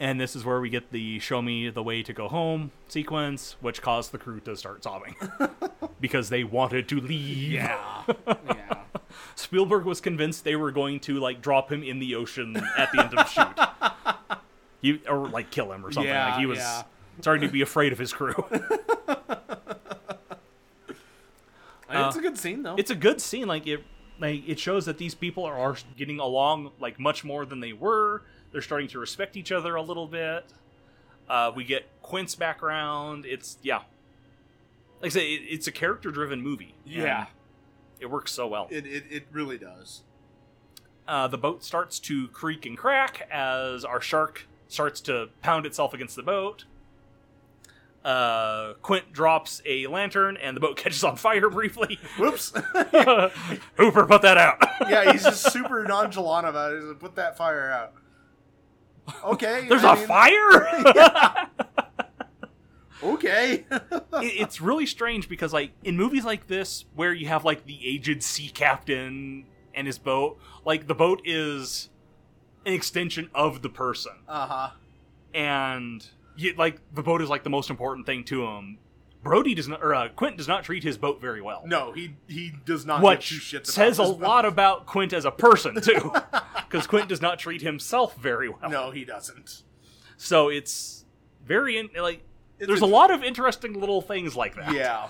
Speaker 2: And this is where we get the show me the way to go home sequence, which caused the crew to start sobbing because they wanted to leave.
Speaker 1: yeah, yeah,
Speaker 2: Spielberg was convinced they were going to like drop him in the ocean at the end of the shoot. He, or like kill him or something.
Speaker 1: Yeah,
Speaker 2: like he was
Speaker 1: yeah.
Speaker 2: starting to be afraid of his crew.
Speaker 1: it's a good scene though.
Speaker 2: Uh, it's a good scene. Like it, like it shows that these people are, are getting along like much more than they were. They're starting to respect each other a little bit. Uh, we get Quint's background. It's yeah, like I say, it, it's a character-driven movie. and
Speaker 1: Yeah.
Speaker 2: it works so well.
Speaker 1: it, it it really does.
Speaker 2: Uh, the boat starts to creak and crack as our shark starts to pound itself against the boat. Uh, Quint drops a lantern and the boat catches on fire briefly.
Speaker 1: Whoops.
Speaker 2: Hooper, put that out.
Speaker 1: yeah, he's just super nonchalant about it. He's like, Put that fire out. Okay.
Speaker 2: There's
Speaker 1: I
Speaker 2: a
Speaker 1: mean,
Speaker 2: fire.
Speaker 1: Okay.
Speaker 2: it, it's really strange because like in movies like this where you have like the aged sea captain and his boat like the boat is an extension of the person
Speaker 1: uh huh.
Speaker 2: and you, like the boat is like the most important thing to him brody does not or uh, quint does not treat his boat very well
Speaker 1: No, he he does not
Speaker 2: what
Speaker 1: get two shits about
Speaker 2: says a
Speaker 1: this, but-
Speaker 2: lot about quint as a person too because quint does not treat himself very well
Speaker 1: No, he doesn't.
Speaker 2: so it's very in, like
Speaker 1: It's
Speaker 2: there's
Speaker 1: a-
Speaker 2: a lot of interesting little things like that
Speaker 1: Yeah.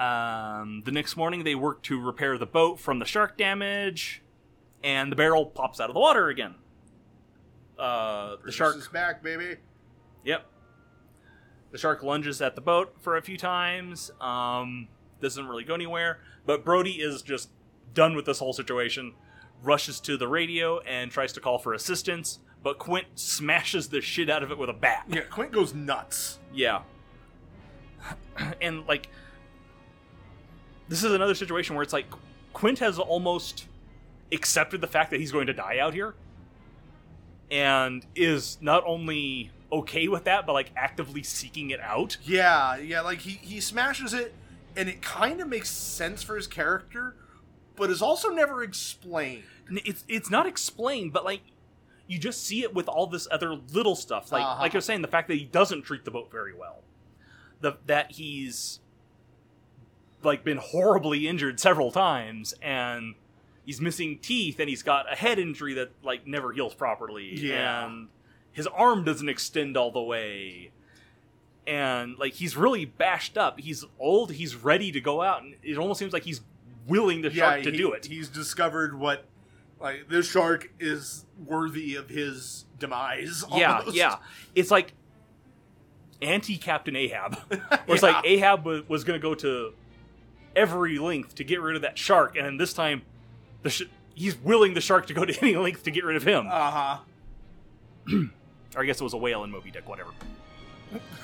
Speaker 2: Um, the next morning, they work to repair the boat from the shark damage, and the barrel pops out of the water again. Uh, the shark.
Speaker 1: Bruce is back, baby.
Speaker 2: Yep. The shark lunges at the boat for a few times. Um, doesn't really go anywhere. But Brody is just done with this whole situation. Rushes to the radio and tries to call for assistance, but Quint smashes the shit out of it with a bat.
Speaker 1: Yeah, Quint goes nuts.
Speaker 2: Yeah. and like this is another situation where it's like Quint has almost accepted the fact that he's going to die out here and is not only okay with that but like actively seeking it out.
Speaker 1: Yeah, yeah, like he he smashes it, and it kind of makes sense for his character, but is also never explained.
Speaker 2: N- It's it's not explained but like you just see it with all this other little stuff like
Speaker 1: Uh-huh.
Speaker 2: like you're saying the fact that he doesn't treat the boat very well. The that he's like been horribly injured several times and he's missing teeth and he's got a head injury that like never heals properly
Speaker 1: Yeah.
Speaker 2: and his arm doesn't extend all the way and like he's really bashed up he's old he's ready to go out and it almost seems like he's willing the
Speaker 1: yeah,
Speaker 2: shark to
Speaker 1: he-
Speaker 2: do it
Speaker 1: He's discovered what like this shark is worthy of his demise.
Speaker 2: yeah
Speaker 1: almost.
Speaker 2: yeah it's like anti captain ahab where it's like ahab wa- was going to go to every length to get rid of that shark and then this time the sh- he's willing the shark to go to any length to get rid of him
Speaker 1: Uh
Speaker 2: or i guess it was a whale in moby dick whatever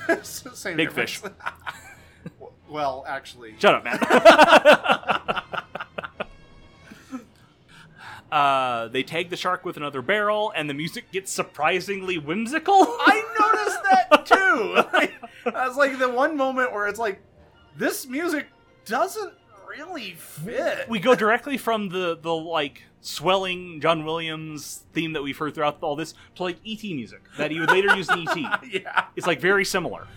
Speaker 1: huh. Same
Speaker 2: Big
Speaker 1: difference.
Speaker 2: fish.
Speaker 1: well, actually,
Speaker 2: Shut up, man. uh, they tag the shark with another barrel, and the music gets surprisingly whimsical.
Speaker 1: I noticed that too. Like, that's like the one moment where it's like this music doesn't really fit.
Speaker 2: we go directly from the the like swelling John Williams theme that we've heard throughout all this to like ET music that he would later use in ET.
Speaker 1: yeah.
Speaker 2: It's like very similar.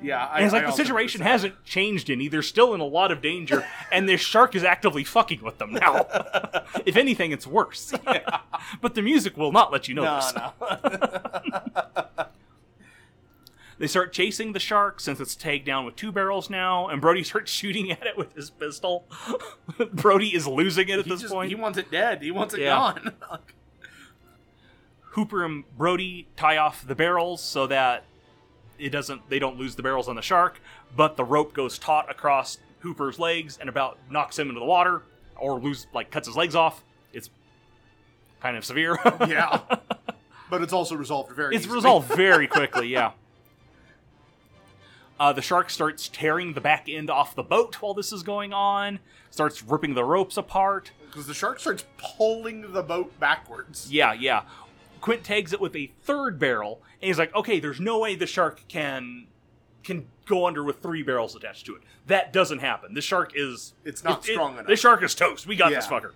Speaker 1: Yeah, I,
Speaker 2: And it's
Speaker 1: I
Speaker 2: like the
Speaker 1: also
Speaker 2: situation
Speaker 1: noticed
Speaker 2: hasn't changed any. They're still in a lot of danger, and this shark is actively fucking with them now. if anything, it's worse. but the music will not let you know this.
Speaker 1: that. No,
Speaker 2: They start chasing the shark since it's tagged down with two barrels now, and Brody starts shooting at it with his pistol. Brody is losing it at
Speaker 1: no. he,
Speaker 2: this
Speaker 1: just,
Speaker 2: point.
Speaker 1: he wants it dead. He wants it
Speaker 2: Yeah.
Speaker 1: gone.
Speaker 2: Hooper and Brody tie off the barrels so that it doesn't they don't lose the barrels on the shark, but the rope goes taut across Hooper's legs and about knocks him into the water or lose like cuts his legs off. It's kind of severe.
Speaker 1: yeah, but it's also resolved very.
Speaker 2: it's
Speaker 1: easily.
Speaker 2: resolved very quickly, yeah. Uh, the shark starts tearing the back end off the boat while this is going on, starts ripping the ropes apart.
Speaker 1: because the shark starts pulling the boat backwards.
Speaker 2: Yeah, yeah. Quint tags it with a third barrel, and he's like, "Okay, there's no way the shark can can go under with three barrels attached to it. That doesn't happen. The shark is
Speaker 1: It's not
Speaker 2: it- it-
Speaker 1: strong enough.
Speaker 2: This shark is toast. We got this
Speaker 1: Yeah.
Speaker 2: fucker."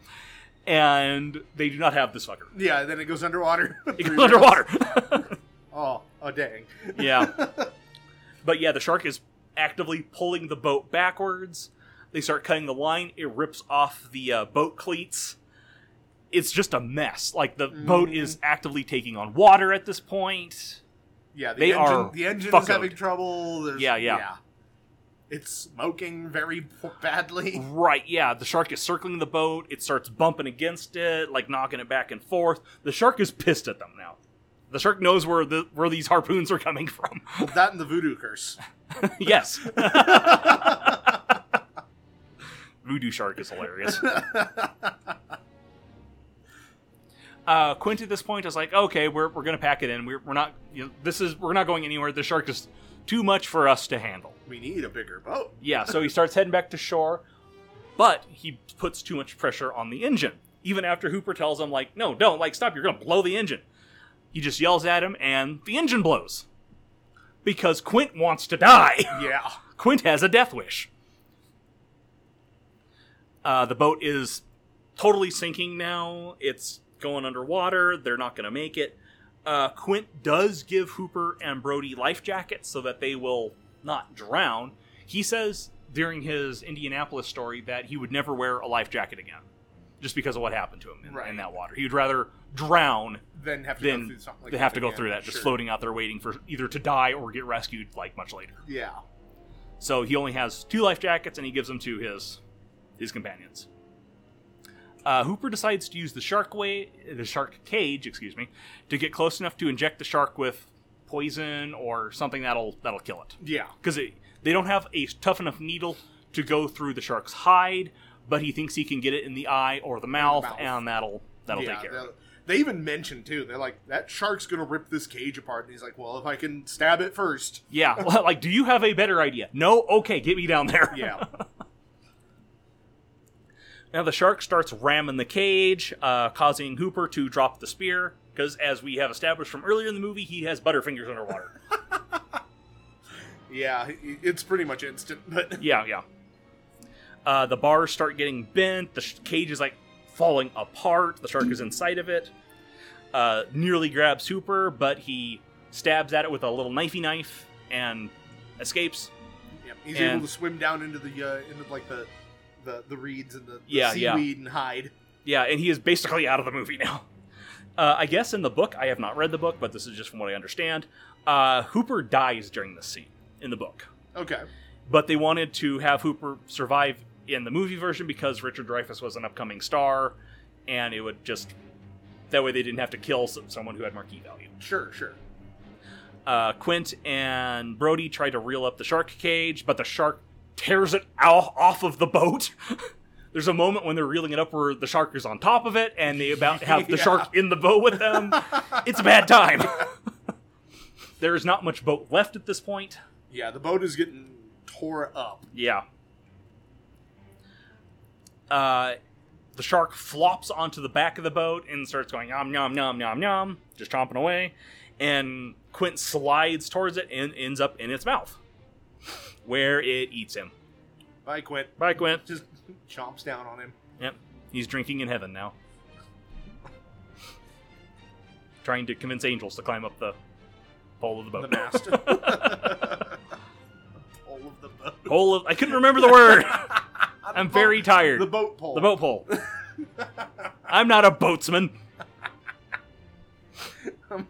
Speaker 2: And they do not have this fucker.
Speaker 1: Yeah, then it goes underwater.
Speaker 2: It goes underwater.
Speaker 1: Oh, oh dang.
Speaker 2: yeah. But yeah, the shark is actively pulling the boat backwards. They start cutting the line. It rips off the uh, boat cleats. It's just a mess. Like the boat
Speaker 1: Mm-hmm.
Speaker 2: is actively taking on water at this point.
Speaker 1: Yeah, the
Speaker 2: They
Speaker 1: engine,
Speaker 2: are
Speaker 1: the engine
Speaker 2: fuckoed.
Speaker 1: is having trouble. There's,
Speaker 2: Yeah, yeah.
Speaker 1: It's smoking very p- badly.
Speaker 2: Right, yeah. The shark is circling the boat. It starts bumping against it, like knocking it back and forth. The shark is pissed at them now. The shark knows where the where these harpoons are coming from.
Speaker 1: That and the voodoo curse.
Speaker 2: yes. Voodoo shark is hilarious. Uh, Quint at this point is like, okay, we're, we're gonna pack it in. We're, we're not you know, this is we're not going anywhere. The shark is too much for us to handle.
Speaker 1: We need a bigger boat.
Speaker 2: Yeah, so he starts heading back to shore, but he puts too much pressure on the engine. Even after Hooper tells him, like, no, don't, like, stop, you're going to blow the engine. He just yells at him, and the engine blows. Because Quint wants to die.
Speaker 1: Yeah.
Speaker 2: Quint has a death wish. Uh, the boat is totally sinking now. It's going underwater. They're not going to make it. Uh, Quint does give Hooper and Brody life jackets so that they will not drown. He says during his Indianapolis story that he would never wear a life jacket again just because of what happened to him in, in
Speaker 1: Right.
Speaker 2: that water. He would rather drown
Speaker 1: Then have to go
Speaker 2: than
Speaker 1: through something like
Speaker 2: they
Speaker 1: that
Speaker 2: have to go
Speaker 1: again.
Speaker 2: through that, just
Speaker 1: Sure.
Speaker 2: floating out there waiting for either to die or get rescued like much later.
Speaker 1: Yeah.
Speaker 2: So he only has two life jackets, and he gives them to his his companions. Uh, Hooper decides to use the shark way, the shark cage, excuse me, to get close enough to inject the shark with poison or something that'll that'll kill it.
Speaker 1: Yeah.
Speaker 2: Because they don't have a tough enough needle to go through the shark's hide, but he thinks he can get it in the eye or the mouth,
Speaker 1: mouth.
Speaker 2: and that'll that'll
Speaker 1: yeah,
Speaker 2: take care. of it.
Speaker 1: they'll- They even mentioned too. They're like, that shark's gonna rip this cage apart, and he's like, well, if I can stab it first.
Speaker 2: Yeah, like, do you have a better idea? No, okay, get me down there.
Speaker 1: Yeah.
Speaker 2: Now the shark starts ramming the cage, uh, causing Hooper to drop the spear. Because as we have established from earlier in the movie, he has butterfingers underwater.
Speaker 1: yeah. i- It's pretty much instant, but
Speaker 2: yeah, yeah. Uh, the bars start getting bent. The sh- cage is like falling apart. The shark is inside of it. Uh, nearly grabs Hooper, but he stabs at it with a little knifey knife and escapes.
Speaker 1: yeah, he's
Speaker 2: And-
Speaker 1: able to swim down into the uh, into like the the, the reeds and the, the
Speaker 2: Yeah, yeah.
Speaker 1: seaweed and hide.
Speaker 2: Yeah, and he is basically out of the movie now. Uh, I guess in the book, I have not read the book, but this is just from what I understand. Uh, Hooper dies during this scene in the book,
Speaker 1: Okay.
Speaker 2: but they wanted to have Hooper survive in the movie version because Richard Dreyfuss was an upcoming star, and it would just that way they didn't have to kill some, someone who had marquee value.
Speaker 1: Sure. Sure.
Speaker 2: Uh, Quint and Brody try to reel up the shark cage, but the shark tears it ow- off of the boat. There's a moment when they're reeling it up where the shark is on top of it, and they about have the
Speaker 1: Yeah.
Speaker 2: shark in the boat with them. it's a bad time. there is not much boat left at this point.
Speaker 1: Yeah. The boat is getting tore up.
Speaker 2: Yeah. Uh, the shark flops onto the back of the boat and starts going nom nom nom nom nom, just chomping away. And Quint slides towards it and ends up in its mouth, where it eats him.
Speaker 1: Bye, Quint.
Speaker 2: Bye, Quint.
Speaker 1: Just chomps down on him.
Speaker 2: Yep, he's drinking in heaven now, trying to convince angels to climb up the pole of the
Speaker 1: The
Speaker 2: boat.
Speaker 1: mast. All of the boat.
Speaker 2: pole of I couldn't remember the word. I'm very tired.
Speaker 1: The boat pole.
Speaker 2: The boat pole. I'm not a boatsman.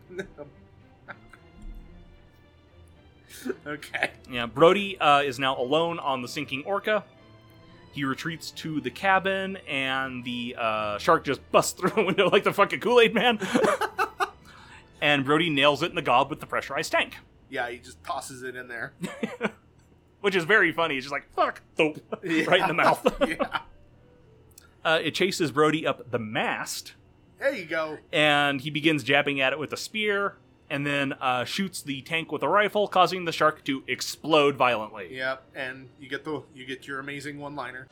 Speaker 1: okay.
Speaker 2: Yeah, Brody uh, is now alone on the sinking orca. He retreats to the cabin, and the uh, shark just busts through the window like the fucking Kool Aid Man. and Brody nails it in the gob with the pressurized tank,
Speaker 1: Yeah, he just tosses it in there.
Speaker 2: which is very funny. It's just like, fuck, thump, right in the mouth.
Speaker 1: yeah.
Speaker 2: uh, it chases Brody up the mast,
Speaker 1: There you go.
Speaker 2: and he begins jabbing at it with a spear, and then uh, shoots the tank with a rifle, causing the shark to explode violently.
Speaker 1: Yep, and you get the you get your amazing one liner.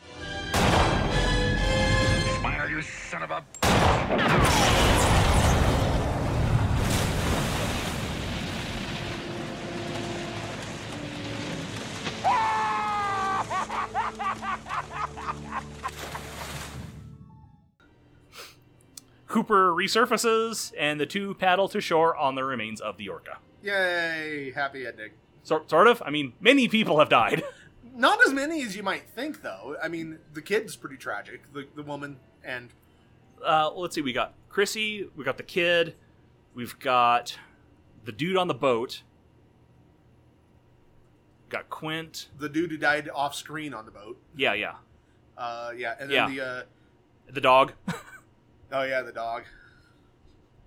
Speaker 9: Smile, you son of a.
Speaker 2: Hooper resurfaces, and the two paddle to shore on the remains of the orca.
Speaker 1: Yay, happy ending.
Speaker 2: So, sort of. I mean, many people have died.
Speaker 1: Not as many as you might think, though. I mean, the kid's pretty tragic. The the woman and
Speaker 2: Uh, let's see. We got Chrissy. We got the kid. We've got the dude on the boat. Got Quint.
Speaker 1: the dude who died off screen on the boat.
Speaker 2: Yeah, yeah.
Speaker 1: Uh, yeah, and then
Speaker 2: Yeah.
Speaker 1: the uh,
Speaker 2: The dog.
Speaker 1: oh yeah, the dog.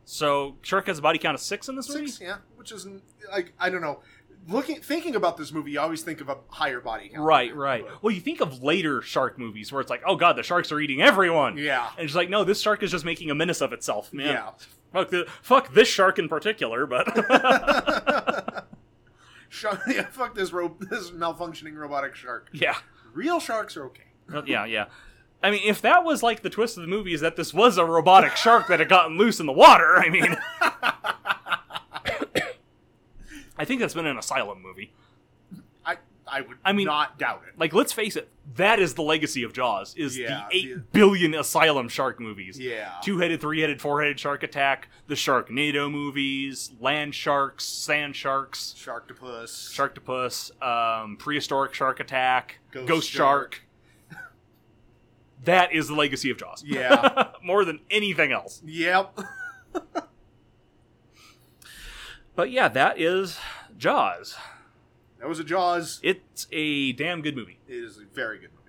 Speaker 2: So Shark has a body count of six in this movie.
Speaker 1: Six, yeah, which isn't like I don't know. Looking, thinking about this movie, you always think of a higher body count.
Speaker 2: Right, right. Well, you think of later shark movies where it's like, oh god, the sharks are eating everyone.
Speaker 1: Yeah.
Speaker 2: And it's like, no, this shark is just making a menace of itself, man.
Speaker 1: Yeah.
Speaker 2: Fuck, the, fuck this shark in particular, but
Speaker 1: Shark, yeah, fuck this ro- this malfunctioning robotic shark.
Speaker 2: yeah,
Speaker 1: Real sharks are okay.
Speaker 2: yeah, yeah. I mean, if that was like the twist of the movie is that this was a robotic shark that had gotten loose in the water, I mean, I think that's been an asylum movie.
Speaker 1: I I would
Speaker 2: I mean-
Speaker 1: not doubt it.
Speaker 2: Like, let's face it, that is the legacy of Jaws: is
Speaker 1: Yeah,
Speaker 2: the eight
Speaker 1: the-
Speaker 2: billion asylum shark movies.
Speaker 1: Yeah.
Speaker 2: two-headed, three-headed, four-headed shark attack, the Sharknado movies, land sharks, sand sharks,
Speaker 1: Sharktopus.
Speaker 2: sharktopus, um, prehistoric shark attack,
Speaker 1: Ghost
Speaker 2: ghost,
Speaker 1: shark.
Speaker 2: shark. that is the legacy of Jaws.
Speaker 1: Yeah.
Speaker 2: more than anything else.
Speaker 1: Yep.
Speaker 2: But yeah, that is Jaws.
Speaker 1: That was a Jaws.
Speaker 2: It's a damn good movie.
Speaker 1: It is a very good movie.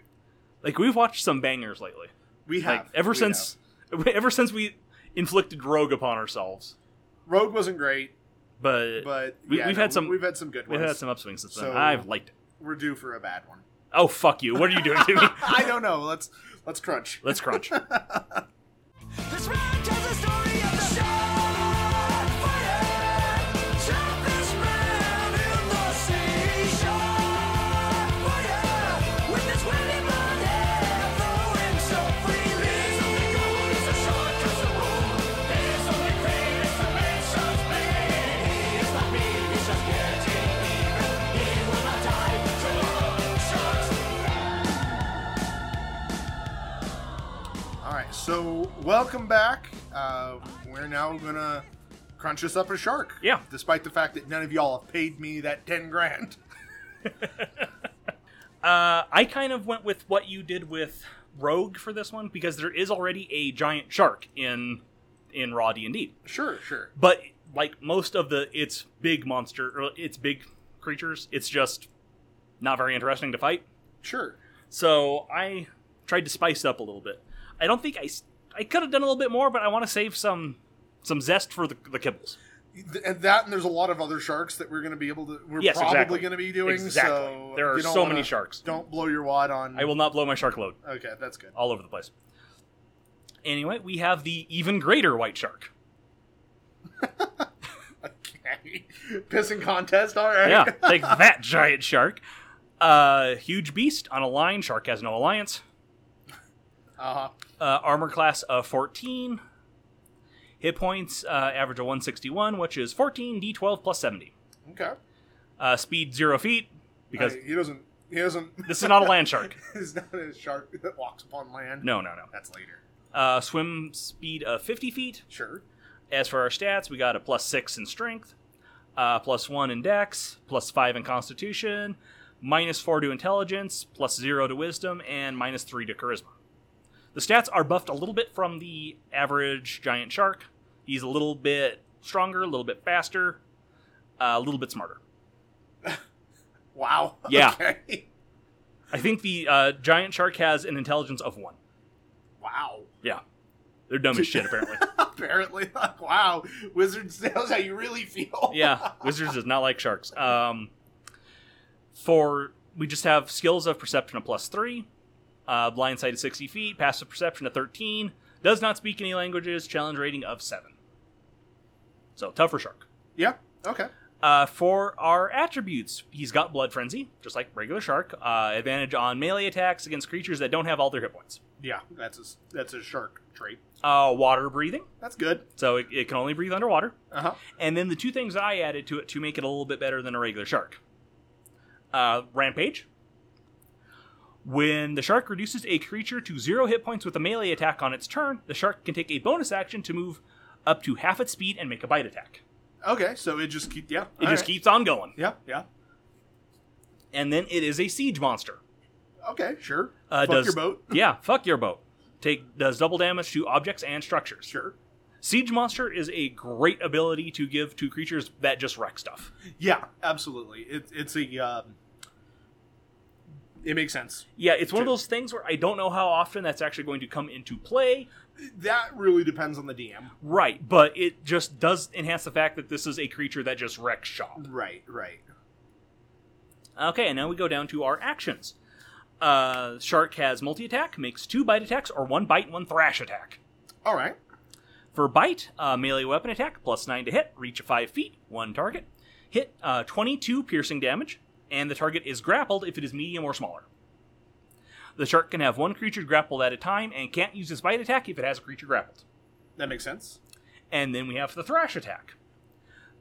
Speaker 2: Like we've watched some bangers lately.
Speaker 1: We have
Speaker 2: Like ever
Speaker 1: we
Speaker 2: since, ever since we inflicted Rogue upon ourselves.
Speaker 1: have. Rogue wasn't great,
Speaker 2: But,
Speaker 1: but
Speaker 2: we,
Speaker 1: yeah,
Speaker 2: we've
Speaker 1: no,
Speaker 2: had some
Speaker 1: We've had some good
Speaker 2: we've
Speaker 1: ones.
Speaker 2: had some upswings since then.
Speaker 1: So-
Speaker 2: I've liked it.
Speaker 1: We're due for a bad one.
Speaker 2: Oh fuck you! What are you doing to me?
Speaker 1: I don't know. Let's let's crunch.
Speaker 2: Let's crunch.
Speaker 10: This round tells the story of the Starfire. Shot this man in the sea. Starfire. With his waving blonde hair flowing so freely. There's only gold, it's a short, it's a rule. There's only pain, it's the nation's pain. He is not mean, he's just getting even. He will not die to love sharks.
Speaker 1: All right. So welcome back. Uh, we're now gonna crunch us up a shark.
Speaker 2: Yeah.
Speaker 1: Despite the fact that none of y'all have paid me that ten grand.
Speaker 2: Uh, I kind of went with what you did with Rogue for this one because there is already a giant shark in in Raw D and D.
Speaker 1: Sure. Sure.
Speaker 2: But like most of the its big monster or its big creatures, it's just not very interesting to fight.
Speaker 1: Sure.
Speaker 2: So I tried to spice it up a little bit. I don't think I s- I could have done a little bit more, but I want to save some some zest for the, the kibbles.
Speaker 1: Th- And that and there's a lot of other sharks that we're gonna be able to. We're
Speaker 2: Yes,
Speaker 1: probably
Speaker 2: exactly.
Speaker 1: gonna be doing.
Speaker 2: Exactly.
Speaker 1: So
Speaker 2: There are
Speaker 1: you don't
Speaker 2: so
Speaker 1: wanna-
Speaker 2: many sharks.
Speaker 1: Don't blow your wad on.
Speaker 2: I will not blow my shark load
Speaker 1: Okay, that's good.
Speaker 2: all over the place. Anyway, we have the even greater white shark.
Speaker 1: Okay. Pissing contest. All right.
Speaker 2: Yeah, like that giant shark. Uh, huge beast on a line. Shark has no alliance.
Speaker 1: Uh-huh.
Speaker 2: uh, armor class of 14 hit points uh, average of 161 which is 14 d12 plus 70
Speaker 1: Okay.
Speaker 2: uh, speed 0 feet because
Speaker 1: Uh, he doesn't. He doesn't.
Speaker 2: this is not a land shark
Speaker 1: He's not a shark that walks upon land.
Speaker 2: no no no
Speaker 1: That's later.
Speaker 2: uh, swim speed of 50 feet
Speaker 1: Sure.
Speaker 2: as for our stats we got a plus 6 in strength uh, plus 1 in dex plus 5 in constitution minus 4 to intelligence plus 0 to wisdom and minus 3 to charisma the stats are buffed a little bit from the average giant shark he's a little bit stronger a little bit faster uh, a little bit smarter
Speaker 1: Wow.
Speaker 2: Yeah.
Speaker 1: Okay.
Speaker 2: i think the uh, giant shark has an intelligence of 1
Speaker 1: Wow.
Speaker 2: yeah they're dumb as shit apparently
Speaker 1: Apparently, like, wow, wizards. That's how you really feel.
Speaker 2: yeah, wizards does not like sharks. Um, for we just have skills of perception of plus three, uh, blind sight of sixty feet, passive perception of thirteen, does not speak any languages, challenge rating of seven. So tougher shark.
Speaker 1: Yeah. Okay.
Speaker 2: Uh, for our attributes, he's got blood frenzy, just like regular shark. Uh, advantage on melee attacks against creatures that don't have all their hit points.
Speaker 1: Yeah. That's a s- that's a shark trait.
Speaker 2: Uh, water breathing,
Speaker 1: That's good.
Speaker 2: so it, it can only breathe underwater.
Speaker 1: Uh huh.
Speaker 2: And then the two things I added to it to make it a little bit better than a regular shark uh, Rampage. When the shark reduces a creature to zero hit points with a melee attack on its turn, the shark can take a bonus action to move up to half its speed and make a bite attack.
Speaker 1: Okay. So it just keep. Yeah.
Speaker 2: It just keeps on going.
Speaker 1: Yeah. Yeah.
Speaker 2: And then it is a siege monster.
Speaker 1: Okay. Sure.
Speaker 2: Uh,
Speaker 1: Fuck
Speaker 2: does,
Speaker 1: your boat.
Speaker 2: yeah, fuck your boat. Take does double damage to objects and structures.
Speaker 1: Sure.
Speaker 2: Siege monster is a great ability to give to creatures that just wreck stuff.
Speaker 1: Yeah. Absolutely. It, it's a. Um, It makes sense.
Speaker 2: Yeah, it's one of those things where I don't know how often that's actually going to come into play.
Speaker 1: That really depends on the DM.
Speaker 2: Right, but it just does enhance the fact that this is a creature that just wrecks shop.
Speaker 1: Right, right.
Speaker 2: Okay, and now we go down to our actions. Uh, shark has multi attack, makes two bite attacks, or one bite, one thrash attack.
Speaker 1: All right.
Speaker 2: For bite, uh, melee weapon attack, plus nine to hit, reach of five feet, one target, hit uh, 22 piercing damage, and the target is grappled if it is medium or smaller. The shark can have one creature grappled at a time and can't use its bite attack if it has a creature grappled.
Speaker 1: That makes sense.
Speaker 2: And then we have the thrash attack.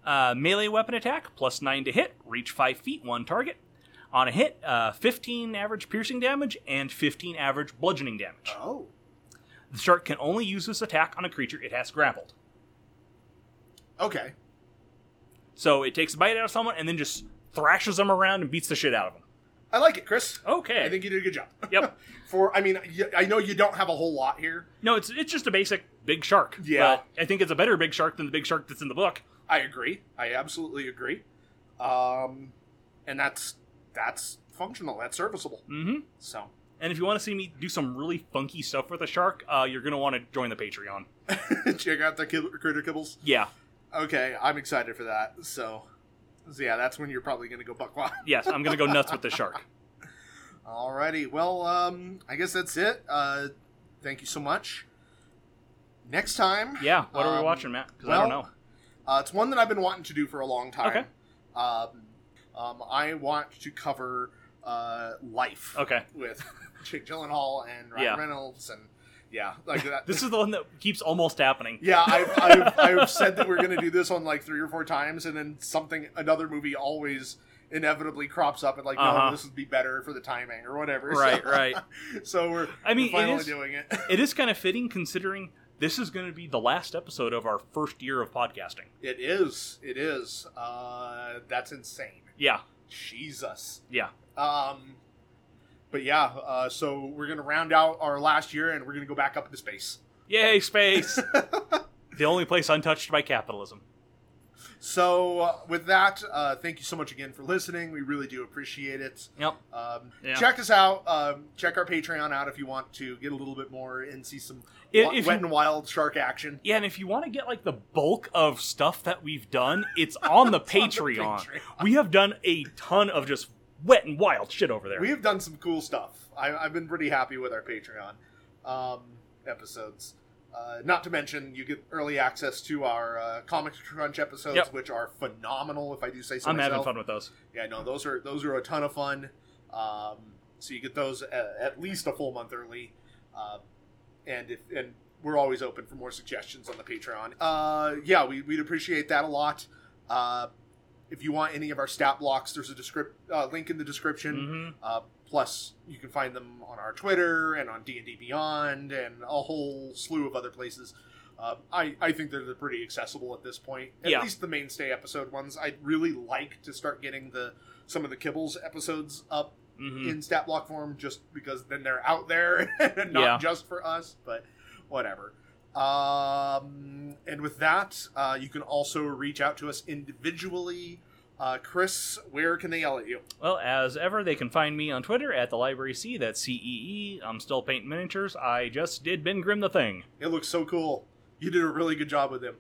Speaker 2: Uh, melee weapon attack, plus 9 to hit, reach 5 feet, 1 target. On a hit, uh, 15 average piercing damage and 15 average bludgeoning damage.
Speaker 1: Oh.
Speaker 2: The shark can only use this attack on a creature it has grappled.
Speaker 1: Okay.
Speaker 2: So it takes a bite out of someone and then just thrashes them around and beats the shit out of them.
Speaker 1: I like it, Chris.
Speaker 2: Okay.
Speaker 1: I think you did a good job.
Speaker 2: Yep.
Speaker 1: For I mean, y- I know you don't have a whole lot here.
Speaker 2: No, it's it's just a basic big shark.
Speaker 1: Yeah.
Speaker 2: But I think it's a better big shark than the big shark that's in the book.
Speaker 1: I agree. I absolutely agree. Um, and that's that's functional. That's serviceable.
Speaker 2: Mm-hmm.
Speaker 1: So
Speaker 2: And if you want to see me do some really funky stuff with a shark, uh, you're gonna want to join the Patreon.
Speaker 1: check out the kib- critter kibbles.
Speaker 2: Yeah.
Speaker 1: Okay, I'm excited for that. So, so yeah, that's when you're probably going to go buck wild.
Speaker 2: Yes, I'm gonna go nuts with the shark.
Speaker 1: Alrighty. Well, um, I guess that's it. Uh, thank you so much. Next time.
Speaker 2: Yeah. What are we
Speaker 1: um,
Speaker 2: watching, Matt? Because I
Speaker 1: well,
Speaker 2: don't know.
Speaker 1: Uh, it's one that I've been wanting to do for a long time.
Speaker 2: Okay.
Speaker 1: Um, um, I want to cover uh, life.
Speaker 2: Okay.
Speaker 1: With Jake Gyllenhaal and Ryan
Speaker 2: Yeah.
Speaker 1: Reynolds and yeah, like that.
Speaker 2: This is the one that keeps almost happening.
Speaker 1: yeah, I've, I've, I've said that we're going to do this on like three or four times, and then something, another movie always inevitably crops up and like,
Speaker 2: Uh-huh.
Speaker 1: no, this would be better for the timing or whatever.
Speaker 2: Right,
Speaker 1: So-
Speaker 2: right.
Speaker 1: So we're,
Speaker 2: I mean,
Speaker 1: we're
Speaker 2: it
Speaker 1: finally
Speaker 2: is-
Speaker 1: doing it.
Speaker 2: It is kind of fitting considering this is going to be the last episode of our first year of podcasting.
Speaker 1: It is. It is. Uh, that's insane.
Speaker 2: Yeah.
Speaker 1: Jesus.
Speaker 2: Yeah.
Speaker 1: Um, but yeah, uh, so we're gonna round out our last year, and we're gonna go back up into space.
Speaker 2: Yay, space! the only place untouched by capitalism.
Speaker 1: So uh, with that, uh, thank you so much again for listening. We really do appreciate it.
Speaker 2: Yep.
Speaker 1: Um,
Speaker 2: Yeah.
Speaker 1: Check us out. Um, check our Patreon out if you want to get a little bit more and see some
Speaker 2: If-
Speaker 1: wa-
Speaker 2: if
Speaker 1: wet
Speaker 2: you-
Speaker 1: and wild shark action.
Speaker 2: Yeah, and if you want to get like the bulk of stuff that we've done, it's on the Patreon.
Speaker 1: Patreon.
Speaker 2: We have done a ton of just wet and wild shit over there.
Speaker 1: We have done some cool stuff. I, I've been pretty happy with our Patreon um, episodes. Uh, not to mention, you get early access to our uh, Comics Crunch episodes,
Speaker 2: Yep.
Speaker 1: which are phenomenal. If I do say so
Speaker 2: I'm
Speaker 1: myself.
Speaker 2: having fun with those.
Speaker 1: yeah, no, those are those are a ton of fun. Um, so you get those at, at least a full month early, uh, and if and we're always open for more suggestions on the Patreon. Uh, yeah, we, we'd appreciate that a lot. Uh, if you want any of our stat blocks, there's a descript, uh, link in the description.
Speaker 2: hmm
Speaker 1: Uh, plus, you can find them on our Twitter and on D and D Beyond and a whole slew of other places. Uh, I I think they're, they're pretty accessible at this point. At
Speaker 2: Yeah.
Speaker 1: least the mainstay episode ones. I'd really like to start getting the some of the Kibbles episodes up
Speaker 2: hmm
Speaker 1: in stat block form, just because then they're out there and not
Speaker 2: Yeah.
Speaker 1: just for us. But whatever. Um, and with that, uh, you can also reach out to us individually. Uh, Chris, where can they yell at you?
Speaker 2: Well, as ever, they can find me on Twitter at the Library C. That's C E E. I'm still painting miniatures. I just did Ben Grimm the thing.
Speaker 1: It looks so cool. You did a really good job with him.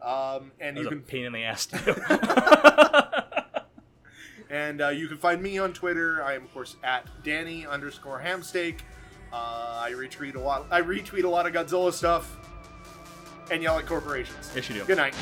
Speaker 1: Um, and
Speaker 2: That was
Speaker 1: you
Speaker 2: a
Speaker 1: can
Speaker 2: pain in the ass to do.
Speaker 1: and uh, you can find me on Twitter. I am of course at Danny underscore Hamsteak. Uh, I retweet a lot. I retweet a lot of Godzilla stuff and yell at corporations.
Speaker 2: yes, you do.
Speaker 1: Good night.